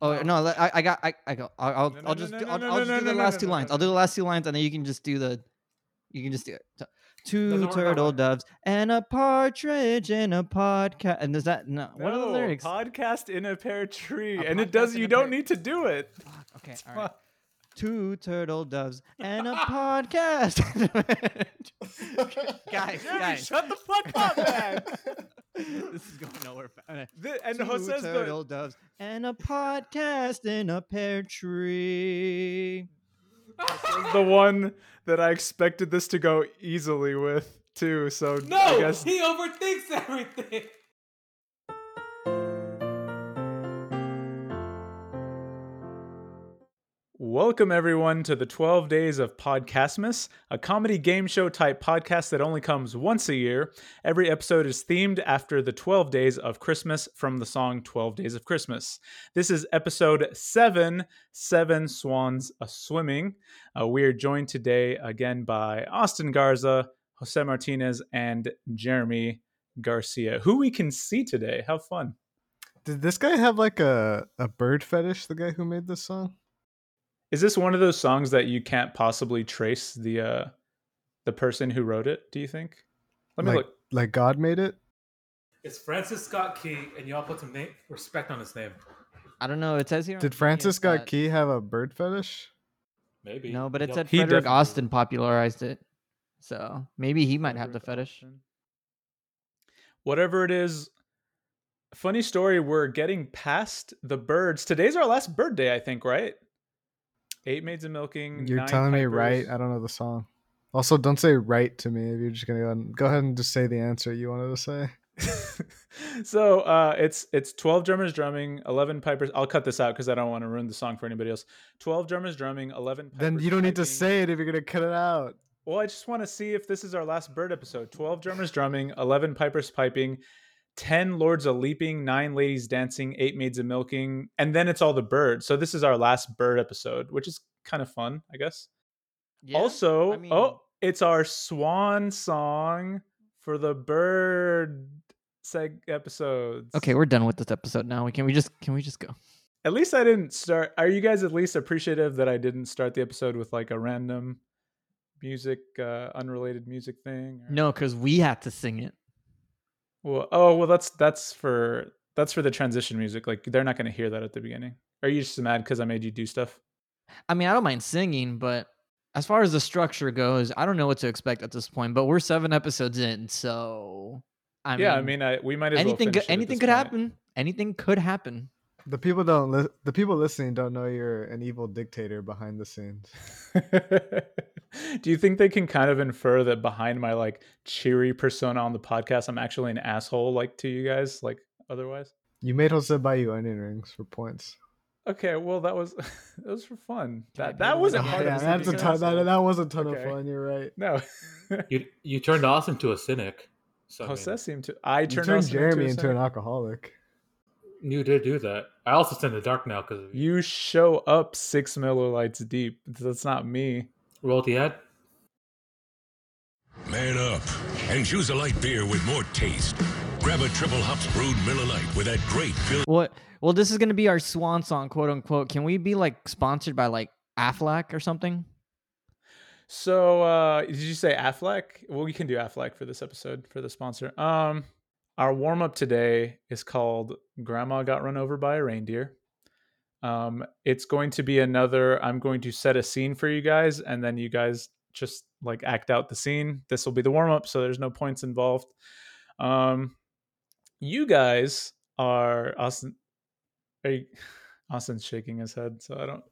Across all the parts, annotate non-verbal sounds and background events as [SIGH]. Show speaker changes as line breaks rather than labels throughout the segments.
Oh no, let- I, I got I I go. I'll I'll,
No, no,
I'll
no,
just
no,
do,
no,
I'll,
no,
I'll
no,
just do
no,
the
no,
last
no,
two
no,
lines.
no,
I'll do the
no.
last two lines, and then you can just do the. You can just do it. So, Two
work that
turtle
way.
doves and a partridge in a podcast. And does that no? what are the
No,
lyrics?
Podcast in a pear tree,
A
and
podcast
it does.
in a
You don't
pear-
need to do it.
Fuck, okay, all right. Two turtle
[LAUGHS]
doves and a podcast. [LAUGHS] guys, guys,
Shut the fuck
[LAUGHS]
up, man.
this is going nowhere. fa- okay.
The- and
Two
Jose's
turtle
the
doves and a podcast in a pear tree.
was the one that I expected this to go easily with too. So I
No,
guess
he overthinks everything.
Welcome, everyone, to the 12 Days of Podcastmas, a comedy game show type podcast that only comes once a year. Every episode is themed after the 12 Days of Christmas from the song 12 Days of Christmas. This is episode seven Seven Swans a Swimming. Uh, we are joined today again by Austin Garza, Jose Martinez, and Jeremy Garcia, who we can see today. Have fun.
Did this guy have like a, a bird fetish, the guy who made this song?
Is this one of those songs that you can't possibly trace the uh the person who wrote it, do you think? Let me
like,
look.
Like God made it?
It's Francis Scott Key, and y'all put some name, respect on his name.
I don't know. It says here. on
Did
Wikipedia
Francis Scott
that-
Key have a bird fetish?
Maybe.
No, but it said
He
Frederick
definitely-
Austin popularized it. So maybe he might have the fetish.
Whatever it is. Funny story, we're getting past the birds. Today's our last bird day, I think, right? Eight maids of milking.
You're
Mm, nine
telling me right?
pipers.
I don't know the song. Also, don't say right to me if you're just gonna go and go ahead and just say the answer you wanted to say.
[LAUGHS] so uh, it's it's 12 drummers drumming 11 pipers i'll cut this out because i don't want to ruin the song for anybody else 12 drummers drumming 11 pipers
then you don't need to
piping.
say it if you're gonna cut it out.
Well, I just want to see if this is our last bird episode. 12 drummers drumming, 11 pipers piping, 10 lords a leaping, 9 ladies dancing, 8 maids a milking, and then it's all the birds. So this is our last bird episode, which is kind of fun, I guess.
Yeah,
also,
I mean-
oh, it's our swan song for the bird seg episodes.
Okay, we're done with this episode now. We can we just can we just go?
At least I didn't start. Are you guys at least appreciative that I didn't start the episode with like a random music uh unrelated music thing or-
No, because we had to sing it.
Well, oh well, that's that's for that's for the transition music. Like they're not going to hear that at the beginning. Are you just mad because I made you do stuff?
I mean, I don't mind singing, but as far as the structure goes, I don't know what to expect at this point. But we're seven episodes in, so I
yeah,
mean,
I mean, I, we might as
anything
well.
could
finish it at
anything
this
could
point.
happen. Anything could happen.
The people don't li- the people listening don't know you're an evil dictator behind the scenes.
[LAUGHS] do you think they can kind of infer that behind my like cheery persona on the podcast, I'm actually an asshole like to you guys? Like otherwise,
You made Jose buy you onion rings for points.
okay. Well, that was [LAUGHS] that was for fun.
Can I
That
pay
that
you
wasn't
back?
part
yeah,
of
that
that's
this
a
being
ton, that, that was a ton
Okay.
of fun. You're right.
[LAUGHS] No,
You you turned Austin to a cynic. So I mean,
Jose seemed to. I
You
turned,
turned
Austin into a
Jeremy into
cynic.
an alcoholic.
you did do that. I also sent the dark now because you
You show up six Miller Lights deep. That's not me.
rolled the ad.
Man up and choose a light beer with more taste. Grab a triple hops brewed Miller Lite with that great Bill
What? Well, this is gonna be our swan song, quote unquote. Can we be like sponsored by like Aflac or something?
So uh did you say Affleck? Well, we can do Affleck for this episode for the sponsor. Um our warm up today is called Grandma Got Run Over by a Reindeer. Um it's going to be another I'm going to set a scene for you guys and then you guys just like act out the scene. This will be the warm up so there's no points involved. Um you guys are Austin are you, [SIGHS] Austin's shaking his head so I don't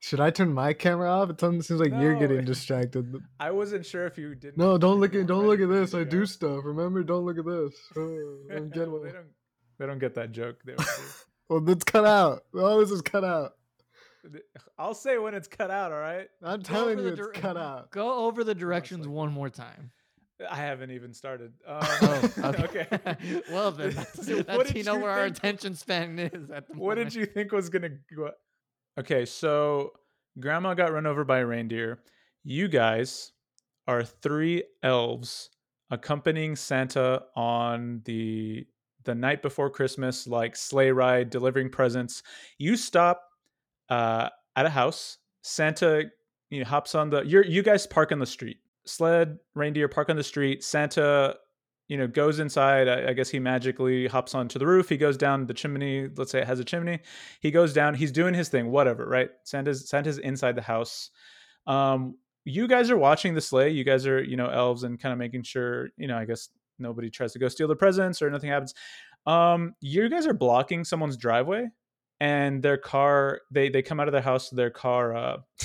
Should I turn my camera off? It sounds- seems like you're
No. [LAUGHS]
getting distracted.
I wasn't sure if you did
No, don't
[LAUGHS]
look at don't look at
Ready,
this. I
ready to go.
do stuff. Remember, don't look at
[LAUGHS]
this. Oh, I'm getting
Well, [LAUGHS] they
one.
don't. They don't get that joke. They don't do.
Well, that's cut out. All this is cut out.
[LAUGHS]
Th- I'll say when it's cut out. All right.
I'm
Go over
telling you,
the
it's
dir-
[LAUGHS]
cut out.
Go over the directions
like-
one more time.
I haven't
[LAUGHS]
even started. Um,
Oh, [LAUGHS] okay.
[LAUGHS] okay.
well
[LAUGHS]
then, that's,
This-
that's you
did
know
you
where our
think-
attention span is at [LAUGHS] the moment.
What did you think was gonna go? Okay, so Grandma got run over by a reindeer. You guys are three elves accompanying Santa on the the night before Christmas, like sleigh ride, delivering presents. You stop uh, at a house. Santa you know, hops on the. You're, you guys park on the street. Sled, reindeer park on the street. Santa, you know, goes inside. I, I guess he magically hops onto the roof. He goes down the chimney. Let's say it has a chimney. He goes down. He's doing his thing. Whatever, right? Santa's Santa's inside the house. Um, you guys are watching the sleigh. You guys are, you know, elves and kind of making sure, you know, I guess nobody tries to go steal the presents or nothing happens. Um, you guys are blocking someone's driveway, and their car they they come out of their house. Their car uh, [LAUGHS]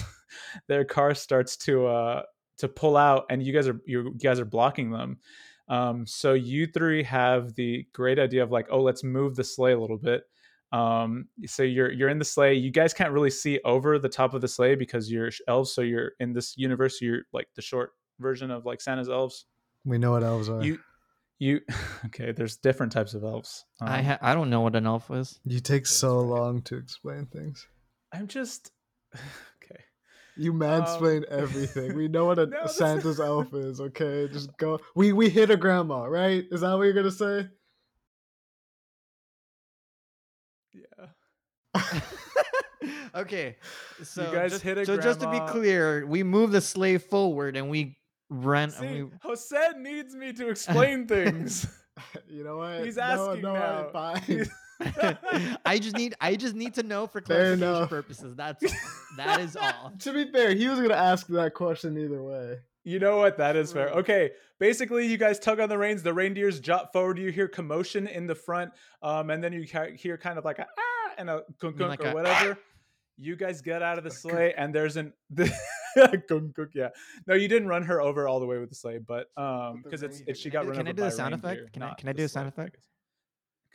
their car starts to uh to pull out, and you guys are you guys are blocking them. Um, so you three have the great idea of like, oh, let's move the sleigh a little bit. Um, so you're you're in the sleigh. You guys can't really see over the top of the sleigh because you're elves. So you're in this universe. You're like the short version of like Santa's elves.
We know what elves are. You,
You, you, [LAUGHS] okay. There's different types of elves.
I
Um,
ha- I don't know what an elf
[LAUGHS]
is. [LAUGHS]
take
That's
so
right.
long to explain things.
I'm just [SIGHS] okay.
You mansplain everything. We know what a
Um, [LAUGHS] No, that's-
Santa's elf is. Okay, just go. We we hit a grandma, right? Is that what you're gonna say? [LAUGHS]
Yeah.
okay, so
guys
just,
hit a
so just to be
grandma.
clear, we move the sleigh forward and we rent.
See,
and we,
Jose needs me
[LAUGHS]
to explain things.
You know what?
He's
No,
asking
no, I-
now.
fine.
[LAUGHS] I just need I just need to know for
Fair
clarification
enough.
purposes. That's that is
[LAUGHS]
all.
[LAUGHS] to be fair, he was gonna ask that question either way.
You know what? That is fair.
True.
Okay. Basically, you guys tug on the reins. The reindeers jot forward. You hear commotion in the front, um, and then you ca- hear kind of like a ah and a kunk
mean like
kunk or
a, "Ah!"
whatever. You guys get out of the sleigh, and there's an [LAUGHS] kunk kunk. Yeah. No, you didn't run her over all the way with the sleigh, but um,
With the
because it's
reindeer.
it, she
Can I
got
do-
run
can I
over
do a
by
sound effect?
reindeer,
Can I-
not
can I
the
do a
sleigh,
sound
I
effect?
guess.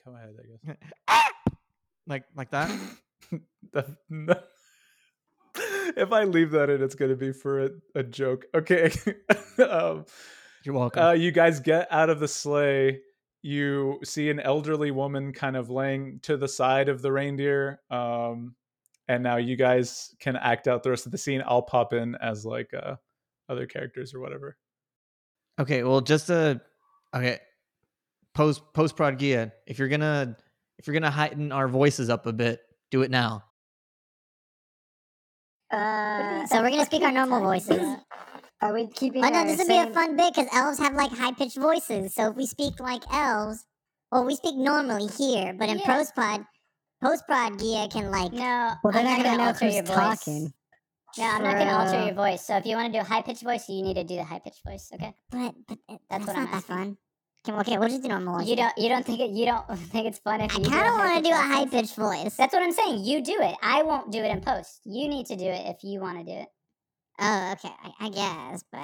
Go ahead, I guess.
Like like that.
[LAUGHS] The- no. [LAUGHS] if I leave that in, it's going to be for a, a joke. Okay. [LAUGHS] um,
You're welcome.
uh, you guys get out of the sleigh. You see an elderly woman kind of laying to the side of the reindeer. Um, and now you guys can act out the rest of the scene. I'll pop in as like uh, other characters or whatever.
Okay, well, just a okay. Post post prod Gia, if you're gonna if you're gonna heighten our voices up a bit, do it now.
Uh,
so we're gonna speak our
[LAUGHS]
normal voices.
Are we keeping?
Oh no,
our
this would be a
same-
fun bit because elves have like high pitched voices. So if we speak like elves, well, we speak normally here, but in
Yeah.
post prod, post prod Gia can like.
No,
Well, they're not gonna
I'm not gonna
know
alter
who's
your voice.
talking.
no,
I'm not gonna alter
your
your
voice. So if you want to do a high pitched voice, you need to do the high pitched voice. Okay.
But, but uh,
That's
that's,
what
not
I'm
that
asking.
fun. Can, okay, we'll just do normal.
You don't. You don't think it. You don't [LAUGHS] think it's fun if
I
you.
kind of want to do a high
high pitched.
pitched voice.
That's what I'm saying. You do it. I won't do it in post. You need to do it if you want to do it.
Oh, okay, I, I guess, but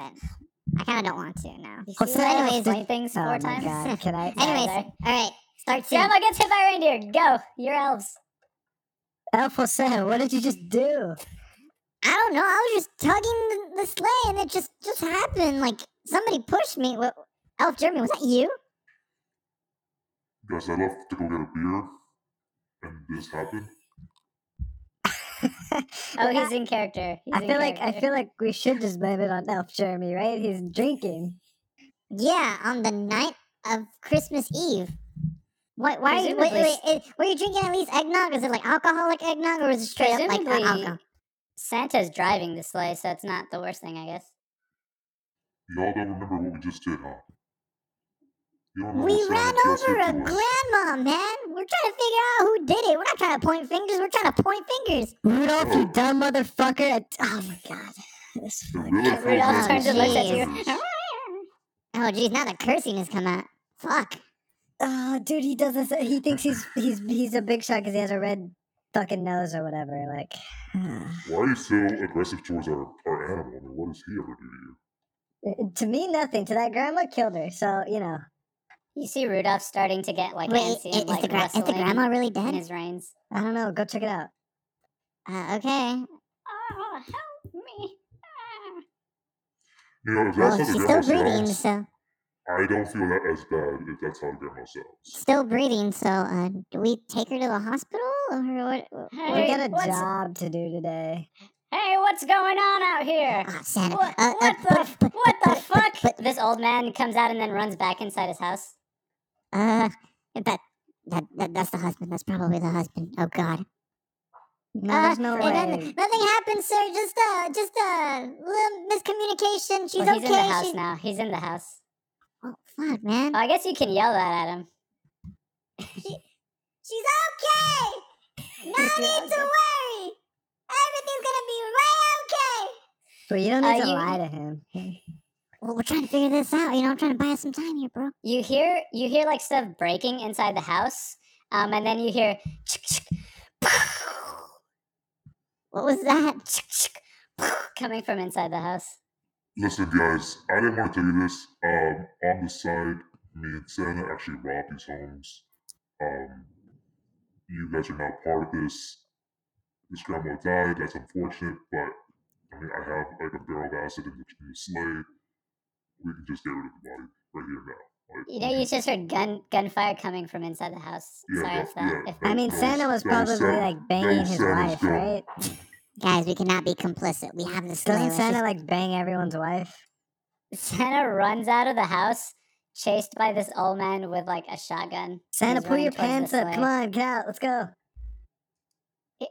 I kind of don't want to now.
You
Oh,
see
so
how I
anyways,
explain things
Oh
four
my
[LAUGHS]
times.
god! Can I?
anyways,
there.
all right, start soon.
Grandma gets hit by a reindeer. Go. You're elves.
Elf will say, "What did you just
Oh,
do?"
I don't know. I was just tugging the, the sleigh, and it just just happened. Like somebody pushed me. What, Elf Jeremy, was that you?
Guys, I left to go get a beer, and this happened.
Oh, he's in character. He's
I
in
feel like I
character.
feel like we should just blame it on Elf Jeremy, right? He's drinking.
Yeah, on the night of Christmas Eve. What? Why? Are you, wait,
Presumably
wait, wait, were you drinking at least eggnog? Is it like alcoholic eggnog, or was it straight up like uh,
Presumably-
alcohol?
Santa's driving the sleigh, so it's not the worst thing,
[LAUGHS]
I guess.
Y'all don't remember what we just did, huh? You don't
We
remember
ran
Santa just
over
did
a
to us.
grandma, man. We're trying to figure out who did it. We're not trying to point fingers. We're trying to point fingers.
Rudolph, you
Oh.
dumb motherfucker! I- Oh my god! This
It
fucking-
really
Oh,
Rudolph
feels like
turns and
we
looks at
did
you.
this.
[LAUGHS] Oh, geez, now the cursing has come out. Fuck.
Oh, dude, he does this. He thinks he's he's he's a big shot because he has a red fucking nose or whatever. Like,
Why are you so aggressive towards our, our animal? I mean, what does he ever do to you?
Uh, to me, nothing. To that grandma killed her. So you know,
You see Rudolph starting to get like
Wait,
antsy
i- is,
and like
the gra- is the
rustling
grandma really
in
dead?
his reins.
I don't know. Go check it out.
Uh, okay.
Oh, help me! Ah.
You know, if that's
Well,
how the
she's
grandma
still breathing,
sounds,
so
I don't feel that as bad if that's how the grandma sounds.
still breathing. So, uh, do we take her to the hospital or what? wh-
Hey,
We got a
what's,
job to do today.
Hey, what's going on out here?
Ah, Santa.
What,
uh, uh,
what
but-
the?
but-
what the
but- but-
fuck? This old man comes out and then runs back inside his house.
but, uh, but That, that that's the husband. That's probably the husband. Oh God.
No,
Uh,
there's no
and then-
[LAUGHS]
way.
nothing happened, sir. Just uh, just uh, little miscommunication. She's
Well,
okay.
Oh, he's in the house
she-
now. He's in the house.
Oh fuck, man.
Oh, I guess you can yell that at him.
She's okay. No need
[LAUGHS]
to worry. Everything's gonna be way okay.
But you don't
Uh,
need to
you-
lie to him.
Well, we're trying to figure this out. You know, I'm trying to buy us some time here, bro.
You hear you hear like stuff breaking inside the house, um, and then you hear [LAUGHS]
What was that?
coming from inside the house.
Listen, guys, I didn't want to tell you this. Um, on the side, me and Santa actually robbed these homes. Um, you guys are not part of this. This grandma died. That's unfortunate, but I mean, I have like a barrel of acid in the, in the sleigh. We can just get rid of the body right here now. Like,
You know,
we
you
can-
just heard gun gunfire coming from inside the house.
Yeah,
Sorry
yeah,
if that.
yeah,
If
I mean,
That
Santa was
was- that
probably
was Santa-
like banging
was
his
Santa's
wife,
job.
right?
Guys, we cannot be complicit. We have this.
Doesn't Santa like bang everyone's wife?
[LAUGHS] Santa runs out of the house, chased by this old man with like a shotgun.
Santa,
He's
pull
running
your
towards
pants
the
up. Come
sleigh.
on, get out. Let's go.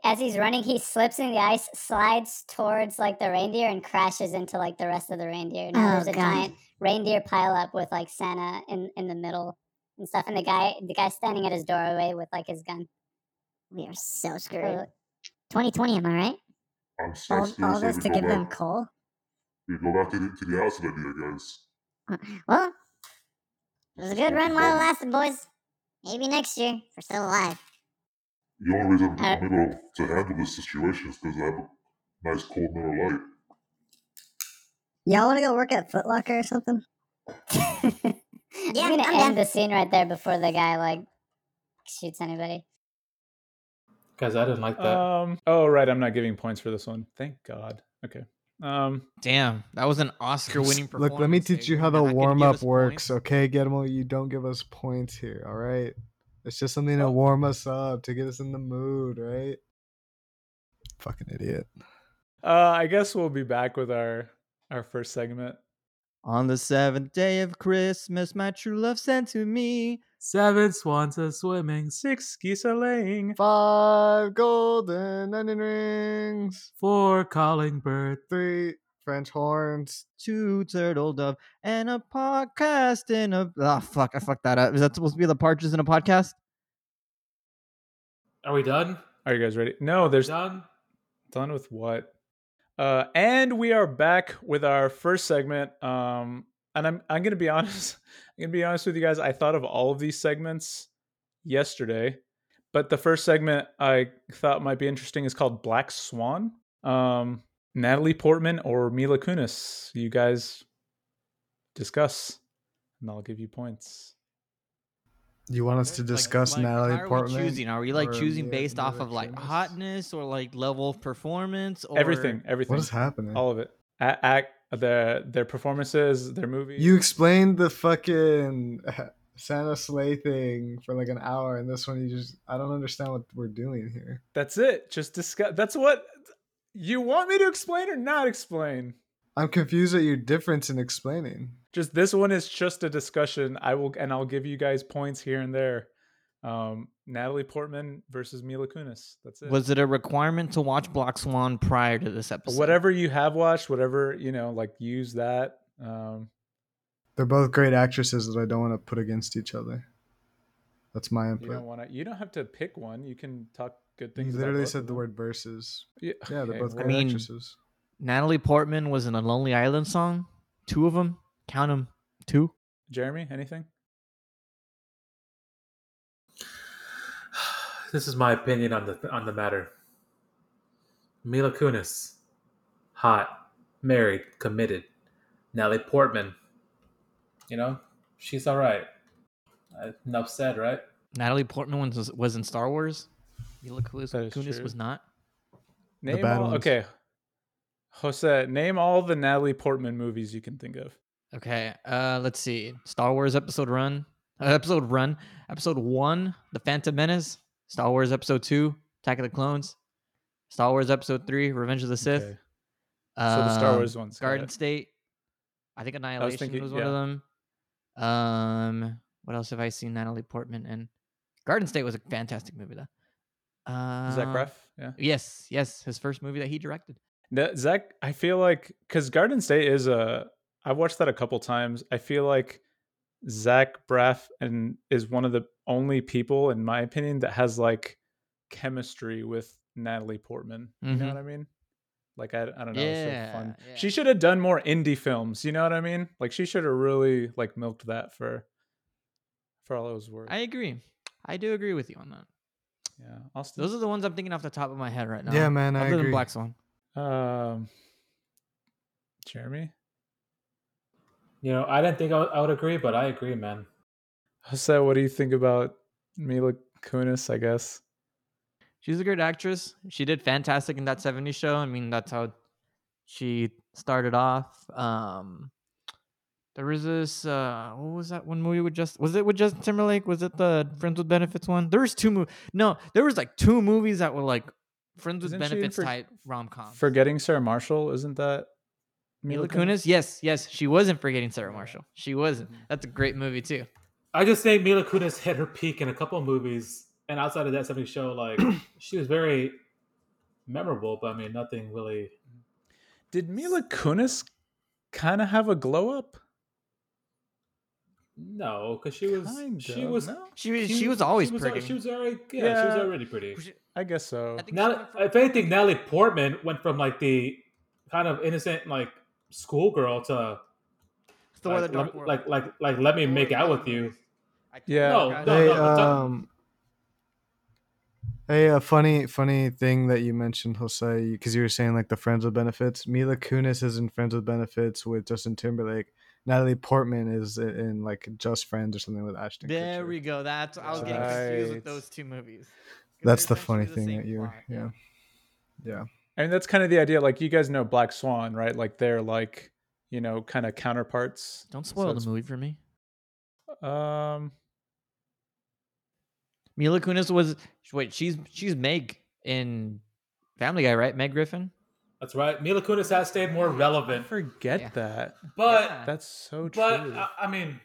As he's running, he slips in the ice, slides towards like the reindeer, and crashes into like the rest of the reindeer. Now
Oh,
there's a
God.
giant reindeer pileup with like Santa in in the middle and stuff, and the guy the guy standing at his doorway with like his gun.
we are so screwed.
Oh,
2020, am I right?
I'm so
All,
scared,
all
so
this
we
to
go
give them
back-
coal.
We go back to the, to the acid idea, guys.
Well, it was a good run while it
Um,
lasted, boys. Maybe next year, if we're still alive.
The only reason
Uh,
I'm able to handle this situation is because I have a nice cold Miller Light.
Y'all want to go work at Foot Locker or something? [LAUGHS]
I'm
Yeah,
gonna
I'm
end
down.
the scene right there before the guy like shoots anybody.
Guys, I didn't like that.
Uh,
Um. Oh, right. I'm not giving points for this one. Thank God. Okay. Um.
Damn, that was an Oscar-winning performance.
Look, let me teach
dude.
you how
You're
the
not gonna
warm
give
up
us
works,
points?
okay, Gedmo? You don't give us points here, all right? It's just something
Oh.
to warm us up, to get us in the mood, right? Fucking idiot.
Uh. I guess we'll be back with our our first segment.
On the seventh day of Christmas, my true love sent to me.
Seven swans are swimming,
Six skis are laying.
Five golden onion rings,
four calling bird.
three French horns.
Two turtle dove and a podcast in a ah fuck I fucked that up. Is that supposed to be the partridge in a podcast?
Are we done?
Are you guys ready? No. There's
Done?
done with what? Uh. And we are back with our first segment. Um. And I'm I'm gonna be [LAUGHS] honest. I'm gonna be honest with you guys. I thought of all of these segments yesterday, but the first segment I thought might be interesting is called Black Swan. Um. Natalie Portman or Mila Kunis? You guys discuss, and I'll give you points.
You want us to
Like-
discuss
like,
Natalie
how
Portman?
Are we choosing? Are we like
or
choosing
Mila
based off of like
Kunis?
hotness or like level of performance or
everything, everything,
What is happening?
Oh,
all of it. Act, act their their performances, their movies.
You explained the fucking [LAUGHS] Santa sleigh thing for like an hour, and this one you just—I don't understand what we're doing here.
That's it. Just discuss. That's what you want me to explain or not explain.
I'm confused at your difference in explaining.
Just this one is just a discussion. I will and I'll give you guys points here and there. Um, Natalie Portman versus Mila Kunis. That's it.
Was it a requirement to watch Black Swan prior to this episode?
whatever you have watched, whatever you know, like use that. Um,
They're both great actresses that I don't want to put against each other. That's my
You
input.
don't want to. You don't have to pick one. You can talk good
You
things. about
literally
both of
said the
them.
word versus.
Yeah,
[LAUGHS] Yeah,
okay,
they're both
well,
great
I mean-
actresses.
Natalie Portman was in a Lonely Island song. Two of them. Count them. Two.
Jeremy, anything?
This is my opinion on the on the matter. Mila Kunis, hot, married, committed. Natalie Portman, you know, she's all right. Uh, enough said, right?
Natalie Portman was, was in Star Wars. Mila Kunis,
That is
Kunis
true.
was not.
The
Name
bad
all,
ones.
okay. Jose, name all the Natalie Portman movies you can think of.
Okay. Uh, let's see. Star Wars Episode Run. Uh, episode Run. Episode One. The Phantom Menace. Star Wars Episode Two. Attack of the Clones. Star Wars Episode Three. Revenge of the Sith.
Okay. So the Star
Um,
Wars ones, got
Garden
it.
State. I think Annihilation was,
thinking-
one of them. Um, what else have I seen Natalie Portman in? Garden State was a fantastic movie though. Uh,
Zach Braff, yeah.
Yes, yes, his first movie that he directed.
No, Zach, I feel like because Garden State is a, I've watched that a couple times. I feel like Zach Braff and is one of the only people, in my opinion, that has like chemistry with Natalie Portman. You know
Mhm.
what I mean? Like I, I don't know. it's sort of fun.
Yeah,
She should have done more indie films. You know what I mean? Like she should have really like milked that for, for all it was worth.
I agree. I do agree with you on that.
yeah, Austin.
Those are the ones I'm thinking off the top of my head right now.
Yeah, man, I
Other than
agree.
Black Swan.
Um, Jeremy
You know, I didn't think I would, I would agree, but I agree, man.
Jose, what do you think about Mila Kunis? I guess.
She's a great actress. She did fantastic in that 70s show. I mean, that's how she started off. Um there was this uh what was that one movie with just was it with Justin Timberlake? Was it the Friends with Benefits one? There was two movies. No, there was like two movies that were like Friends with
Isn't she in
Benefits
For-
type rom com.
Forgetting Sarah Marshall, isn't that
Um, Mila Kunis? Yes, yes. She wasn't forgetting Sarah Marshall. She wasn't. That's a great movie too.
I just think Mila Kunis hit her peak in a couple of movies, and outside of that 70s show, like
[CLEARS THROAT]
she was very memorable, but I mean, nothing really.
Did Mila Kunis kind of have a glow up?
No, because she was
Kind
she
of,
was
no?
She was she was always
was al-
pretty.
She was already yeah, she was
Yeah.
already pretty.
I guess so.
I think she
Now,
went from-
if anything, Natalie Portman went from like the kind of innocent like schoolgirl to
Thor
like,
the Dark
lem-
World.
like like like let me
Thor
make
the
out
Dark
with you.
World. I totally
Yeah.
No,
forgot
no,
about
Hey,
no,
that.
but don't-
um, hey, a funny, funny thing that you mentioned, Jose, because you were saying like the friends with benefits. Mila Kunis is in Friends with Benefits with Justin Timberlake. Natalie Portman is in, in, like Just Friends or something with Ashton.
There
Kutcher.
we go. That's I was getting confused with
Right.
those two movies. 'Cause
That's
they're
the funny
essentially
thing
the
that
same
you,
plot,
yeah, yeah.
I mean, that's kind of the idea. Like, you guys know Black Swan, right? Like, they're like, you know, kind of counterparts.
Don't
So
spoil
it's-
the movie for me.
Um,
Mila Kunis was wait, she's she's Meg in Family Guy, right? Meg Griffin.
That's right. Mila Kunis has stayed
uh,
more relevant,
forget
Yeah. Uh,
that.
but
Yeah.
That's so true.
but
But,
uh,
I, I mean,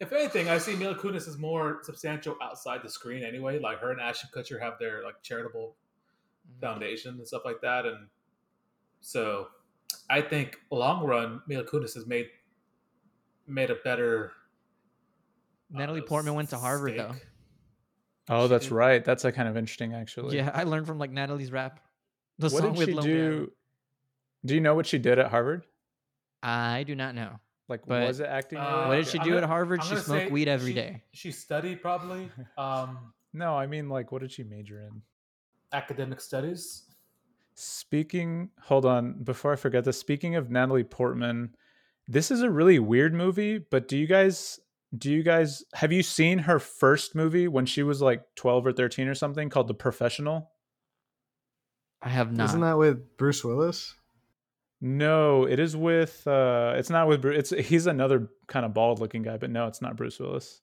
if anything, I see Mila Kunis is more substantial outside the screen anyway. Like her and Ashton Kutcher have their like charitable foundation and stuff like that, and so I think long run Mila Kunis has made made a better. I don't
Natalie
know,
Portman went to Harvard, though.
stake.
oh, that's
Shit.
right. That's like kind of interesting, actually.
Yeah, I learned from like Natalie's rap. The
what
song
did
with
she
Lonely Island.
do? Do you know what she did at Harvard?
I do not know.
Like,
But-
was it acting?
Uh,
What did she
I'm
do
gonna-
at Harvard?
I'm
She
gonna
smoked
say
weed every
she-
day.
She studied probably um,
[LAUGHS] No, I mean, like, what did she major in?
academic studies.
Speaking, hold on, before I forget this, speaking of Natalie Portman, this is a really weird movie, but do you guys do you guys have you seen her first movie when she was like 12 or 13 or something called The Professional?
I have not.
Isn't that with Bruce Willis?
No, it is with uh it's not with Bruce. It's he's another kind of bald looking guy, but no, it's not Bruce Willis.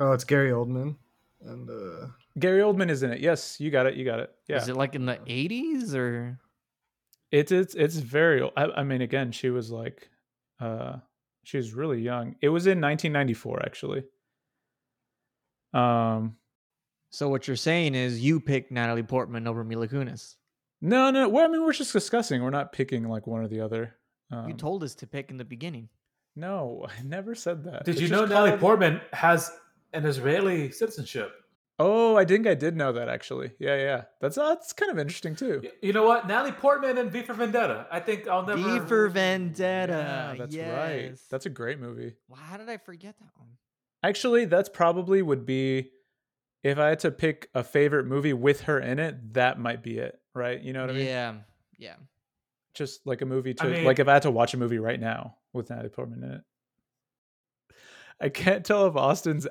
Oh, it's Gary Oldman, and uh,
Gary Oldman is in it. Yes, you got it. You got it. Yeah.
Is it like in the eighties or?
it's it's it's very o- I, I mean again she was like uh she was really young it was in 1994 actually um
So what you're saying is you picked Natalie Portman over Mila Kunis.
no no well i mean we're just discussing we're not picking like one or the other um,
you told us to pick in the beginning.
no [LAUGHS] i never said that
Did
Uh, It's
you know
just
Natalie
called-
Portman has an Israeli citizenship?
oh i think i did know that actually yeah yeah that's that's kind of interesting too
Y- You know what? Natalie Portman and V for Vendetta. I think I'll never.
V for
Yeah,
Vendetta.
that's right
yes.
that's a great movie
Why- How did I forget that one?
Actually, that's probably would be if I had to pick a favorite movie with her in it, that might be it, right? You know what I mean?
Yeah, yeah.
Just like a movie to
I mean-
like if I had to watch a movie right now with Natalie Portman in it. I can't tell if Austin's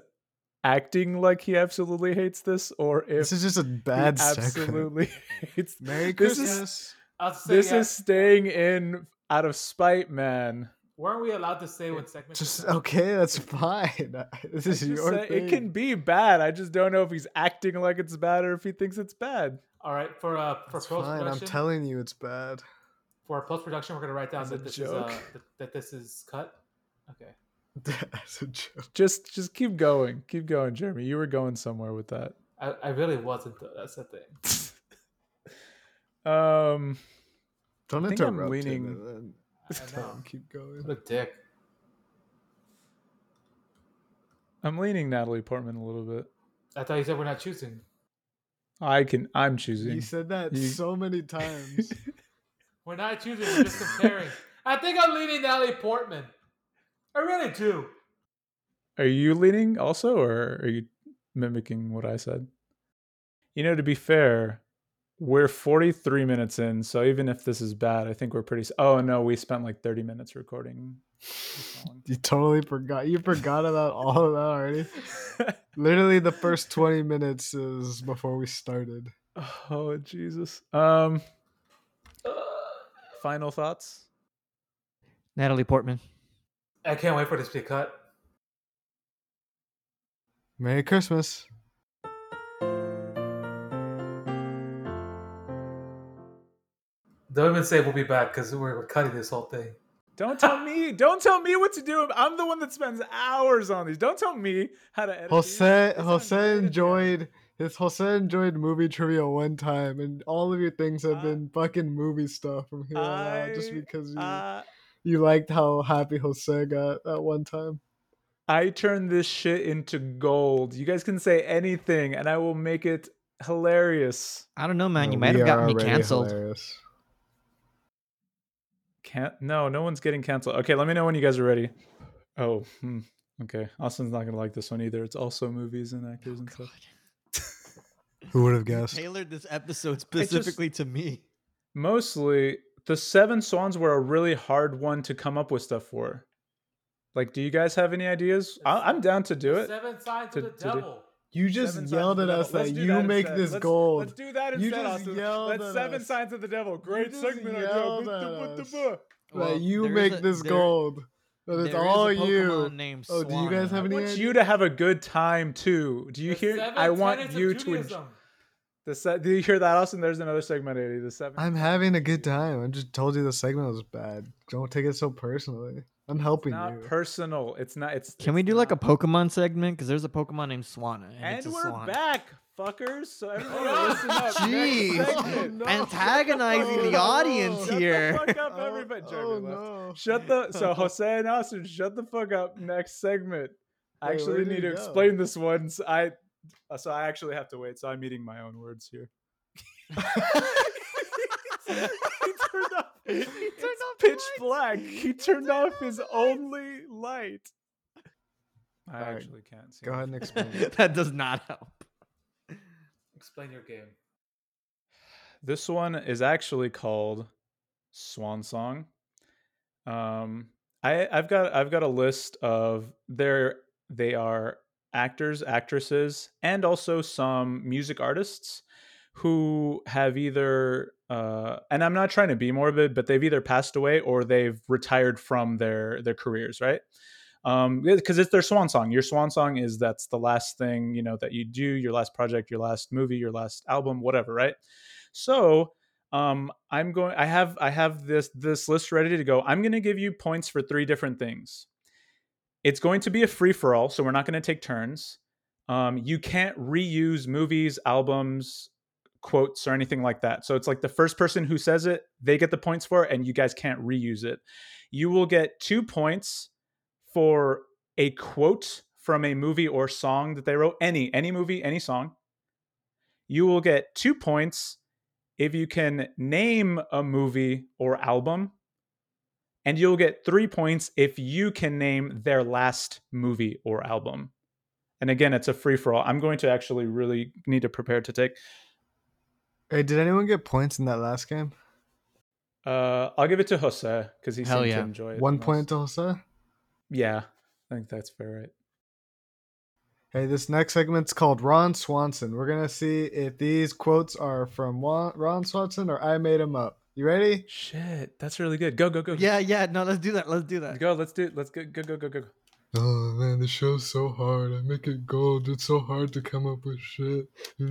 acting like he absolutely hates this or if
this is just a
he
bad segment.
absolutely [LAUGHS]
[LAUGHS]
hates
Merry
This is-
Christmas.
I'll say,
this
uh,
yeah,
is staying in out of spite, man.
Weren't we allowed to say what segment?
Just okay, that's fine. [LAUGHS] This is
I'm just
your
saying,
thing.
it can be bad. I just don't know if he's acting like it's bad or if he thinks it's bad.
All right, for uh, for
It's
post
fine. I'm
production.
telling you, it's bad. [LAUGHS]
for post production, we're gonna write down
uh,
It's a
that this is
joke.
uh, that, that this is cut. Okay.
That's a joke.
Just just keep going. Keep going, Jeremy. You were going somewhere with that.
I, I really wasn't. Though. That's the thing.
[LAUGHS] Um
Don't
I think I'm
interrupt.
leaning-
Him and then
I
[LAUGHS] tell him
know.
keep going.
What a dick.
I'm leaning Natalie Portman a little bit.
I thought you said we're not choosing.
I can I'm choosing.
You said that
You-
so
[LAUGHS]
many times.
We're not choosing. We're just comparing. I think I'm leaning Natalie Portman. I really do.
Are you leaning also, or are you mimicking what I said? You know, to be fair, we're 43 minutes in, so even if this is bad, I think we're pretty. s- Oh no, we spent like 30 minutes recording. this
[LAUGHS]
one.
you totally forgot. You forgot about all of that already. Literally, the first twenty minutes is before we started.
[LAUGHS] oh Jesus. Um. Final thoughts.
Natalie Portman.
I can't wait for this to be cut.
Merry Christmas.
Don't even say we'll be back because we're, we're cutting this whole thing.
Don't tell me. Don't tell me what to do. I'm the one that spends hours on these. Don't tell me how to edit. these.
Jose
It's on
Jose
Jared and Jeremy.
enjoyed his Jose enjoyed movie trivia one time, and all of your things have
I-
been fucking movie stuff from here on out,
Uh,
just
I-
because you,
Uh,
you liked how happy Jose got that one time.
I turn this shit into gold. You guys can say anything, and I will make it hilarious.
I don't know, man.
Uh,
You might
we
have
are
gotten me
already
canceled.
hilarious.
Can't. No, no one's getting canceled. Okay, let me know when you guys are ready. Oh, hmm. okay. Austin's not gonna like this one either. It's also movies and
Oh,
actors and stuff.
Who would have guessed?
Tailored this episode
just-
specifically to me.
Mostly, the Seven Swans were a really hard one to come up with stuff for. Like, do you guys have any ideas? I- I'm down to do it.
Seven signs
To-
of the
to do-
devil.
You just
Seven signs
yelled
of
at
the
us
devil.
that
Let's do
you make
instead.
this
let's,
gold.
Let's do that
You
instead,
just
Austin.
yelled
Let's
at
seven
us.
signs of the devil. Great
just
segment
yelled
idea.
at
Buh, buh,
us.
buh, buh.
Well,
that you
there's
make
a-
this
there-
gold. That it's
There is
all
a
you.
Pokemon named
Oh, do you guys
Swan.
I
have any
want
ideas?
you to have a good time too. Do you
The
hear?
seven
I want
tenets of
you to.
Judaism.
enjoy The se- do you hear that, Austin? There's another segment idea. The seven.
I'm having a good time. I just told you the segment was bad. Don't take it so personally. I'm helping
not
you.
personal. It's not. It's.
Can we
it's
do like a
not-
Pokemon segment? Because there's a Pokemon named Swana. And,
And
it's a
we're
swan.
back, fuckers. So everybody, listen up. Next
Jeez.
segment.
[LAUGHS] No.
Antagonizing
[LAUGHS]
Oh,
the
no.
audience
Shut the
here.
fuck up,
Oh,
everybody.
oh,
Jeremy left.
no.
Shut the
[LAUGHS]
so Jose and Austin, shut the fuck up. Next segment. I
Wait,
actually
where did
need to
he go?
explain this one. So I uh, so I actually have to wait. So I'm eating my own words here. [LAUGHS] he turned off. He turned off pitch black. He turned off his only light. I
Alright,
actually can't see.
Go
[LAUGHS]
ahead and explain. it.
[LAUGHS] that does not help.
Explain your game.
This one is actually called Swan Song. Um, I I've got I've got a list of their they are actors, actresses, and also some music artists who have either uh, and I'm not trying to be morbid, but they've either passed away or they've retired from their their careers, right? Um, because it's their swan song. Your swan song is that's the last thing you know that you do, your last project, your last movie, your last album, whatever, right? So um, I'm going. I have I have this this list ready to go. I'm going to give you points for three different things. It's going to be a free for all, so we're not going to take turns. Um, you can't reuse movies, albums, quotes, or anything like that. So it's like the first person who says it, they get the points for it, and you guys can't reuse it. You will get two points for a quote from a movie or song that they wrote. Any any movie, any song. You will get two points if you can name a movie or album, and you'll get three points if you can name their last movie or album. And again, it's a free for all. I'm going to actually really need to prepare to take.
hey, did anyone get points in that last game?
Uh, I'll give it to Jose because he
Hell
seemed
yeah.
to enjoy it. the
One
most.
point to Jose.
Yeah, I think that's fair, right?
Hey, this next segment's called Ron Swanson. We're gonna see if these quotes are from Wa- Ron Swanson or I made him up. You ready?
Shit, that's really good. Go go go.
Yeah, yeah. No, let's do that. Let's do that.
go. Let's do. Let's go go go go go. go.
Oh man, the show's so hard. I make it gold. It's so hard to come up with shit.
I'll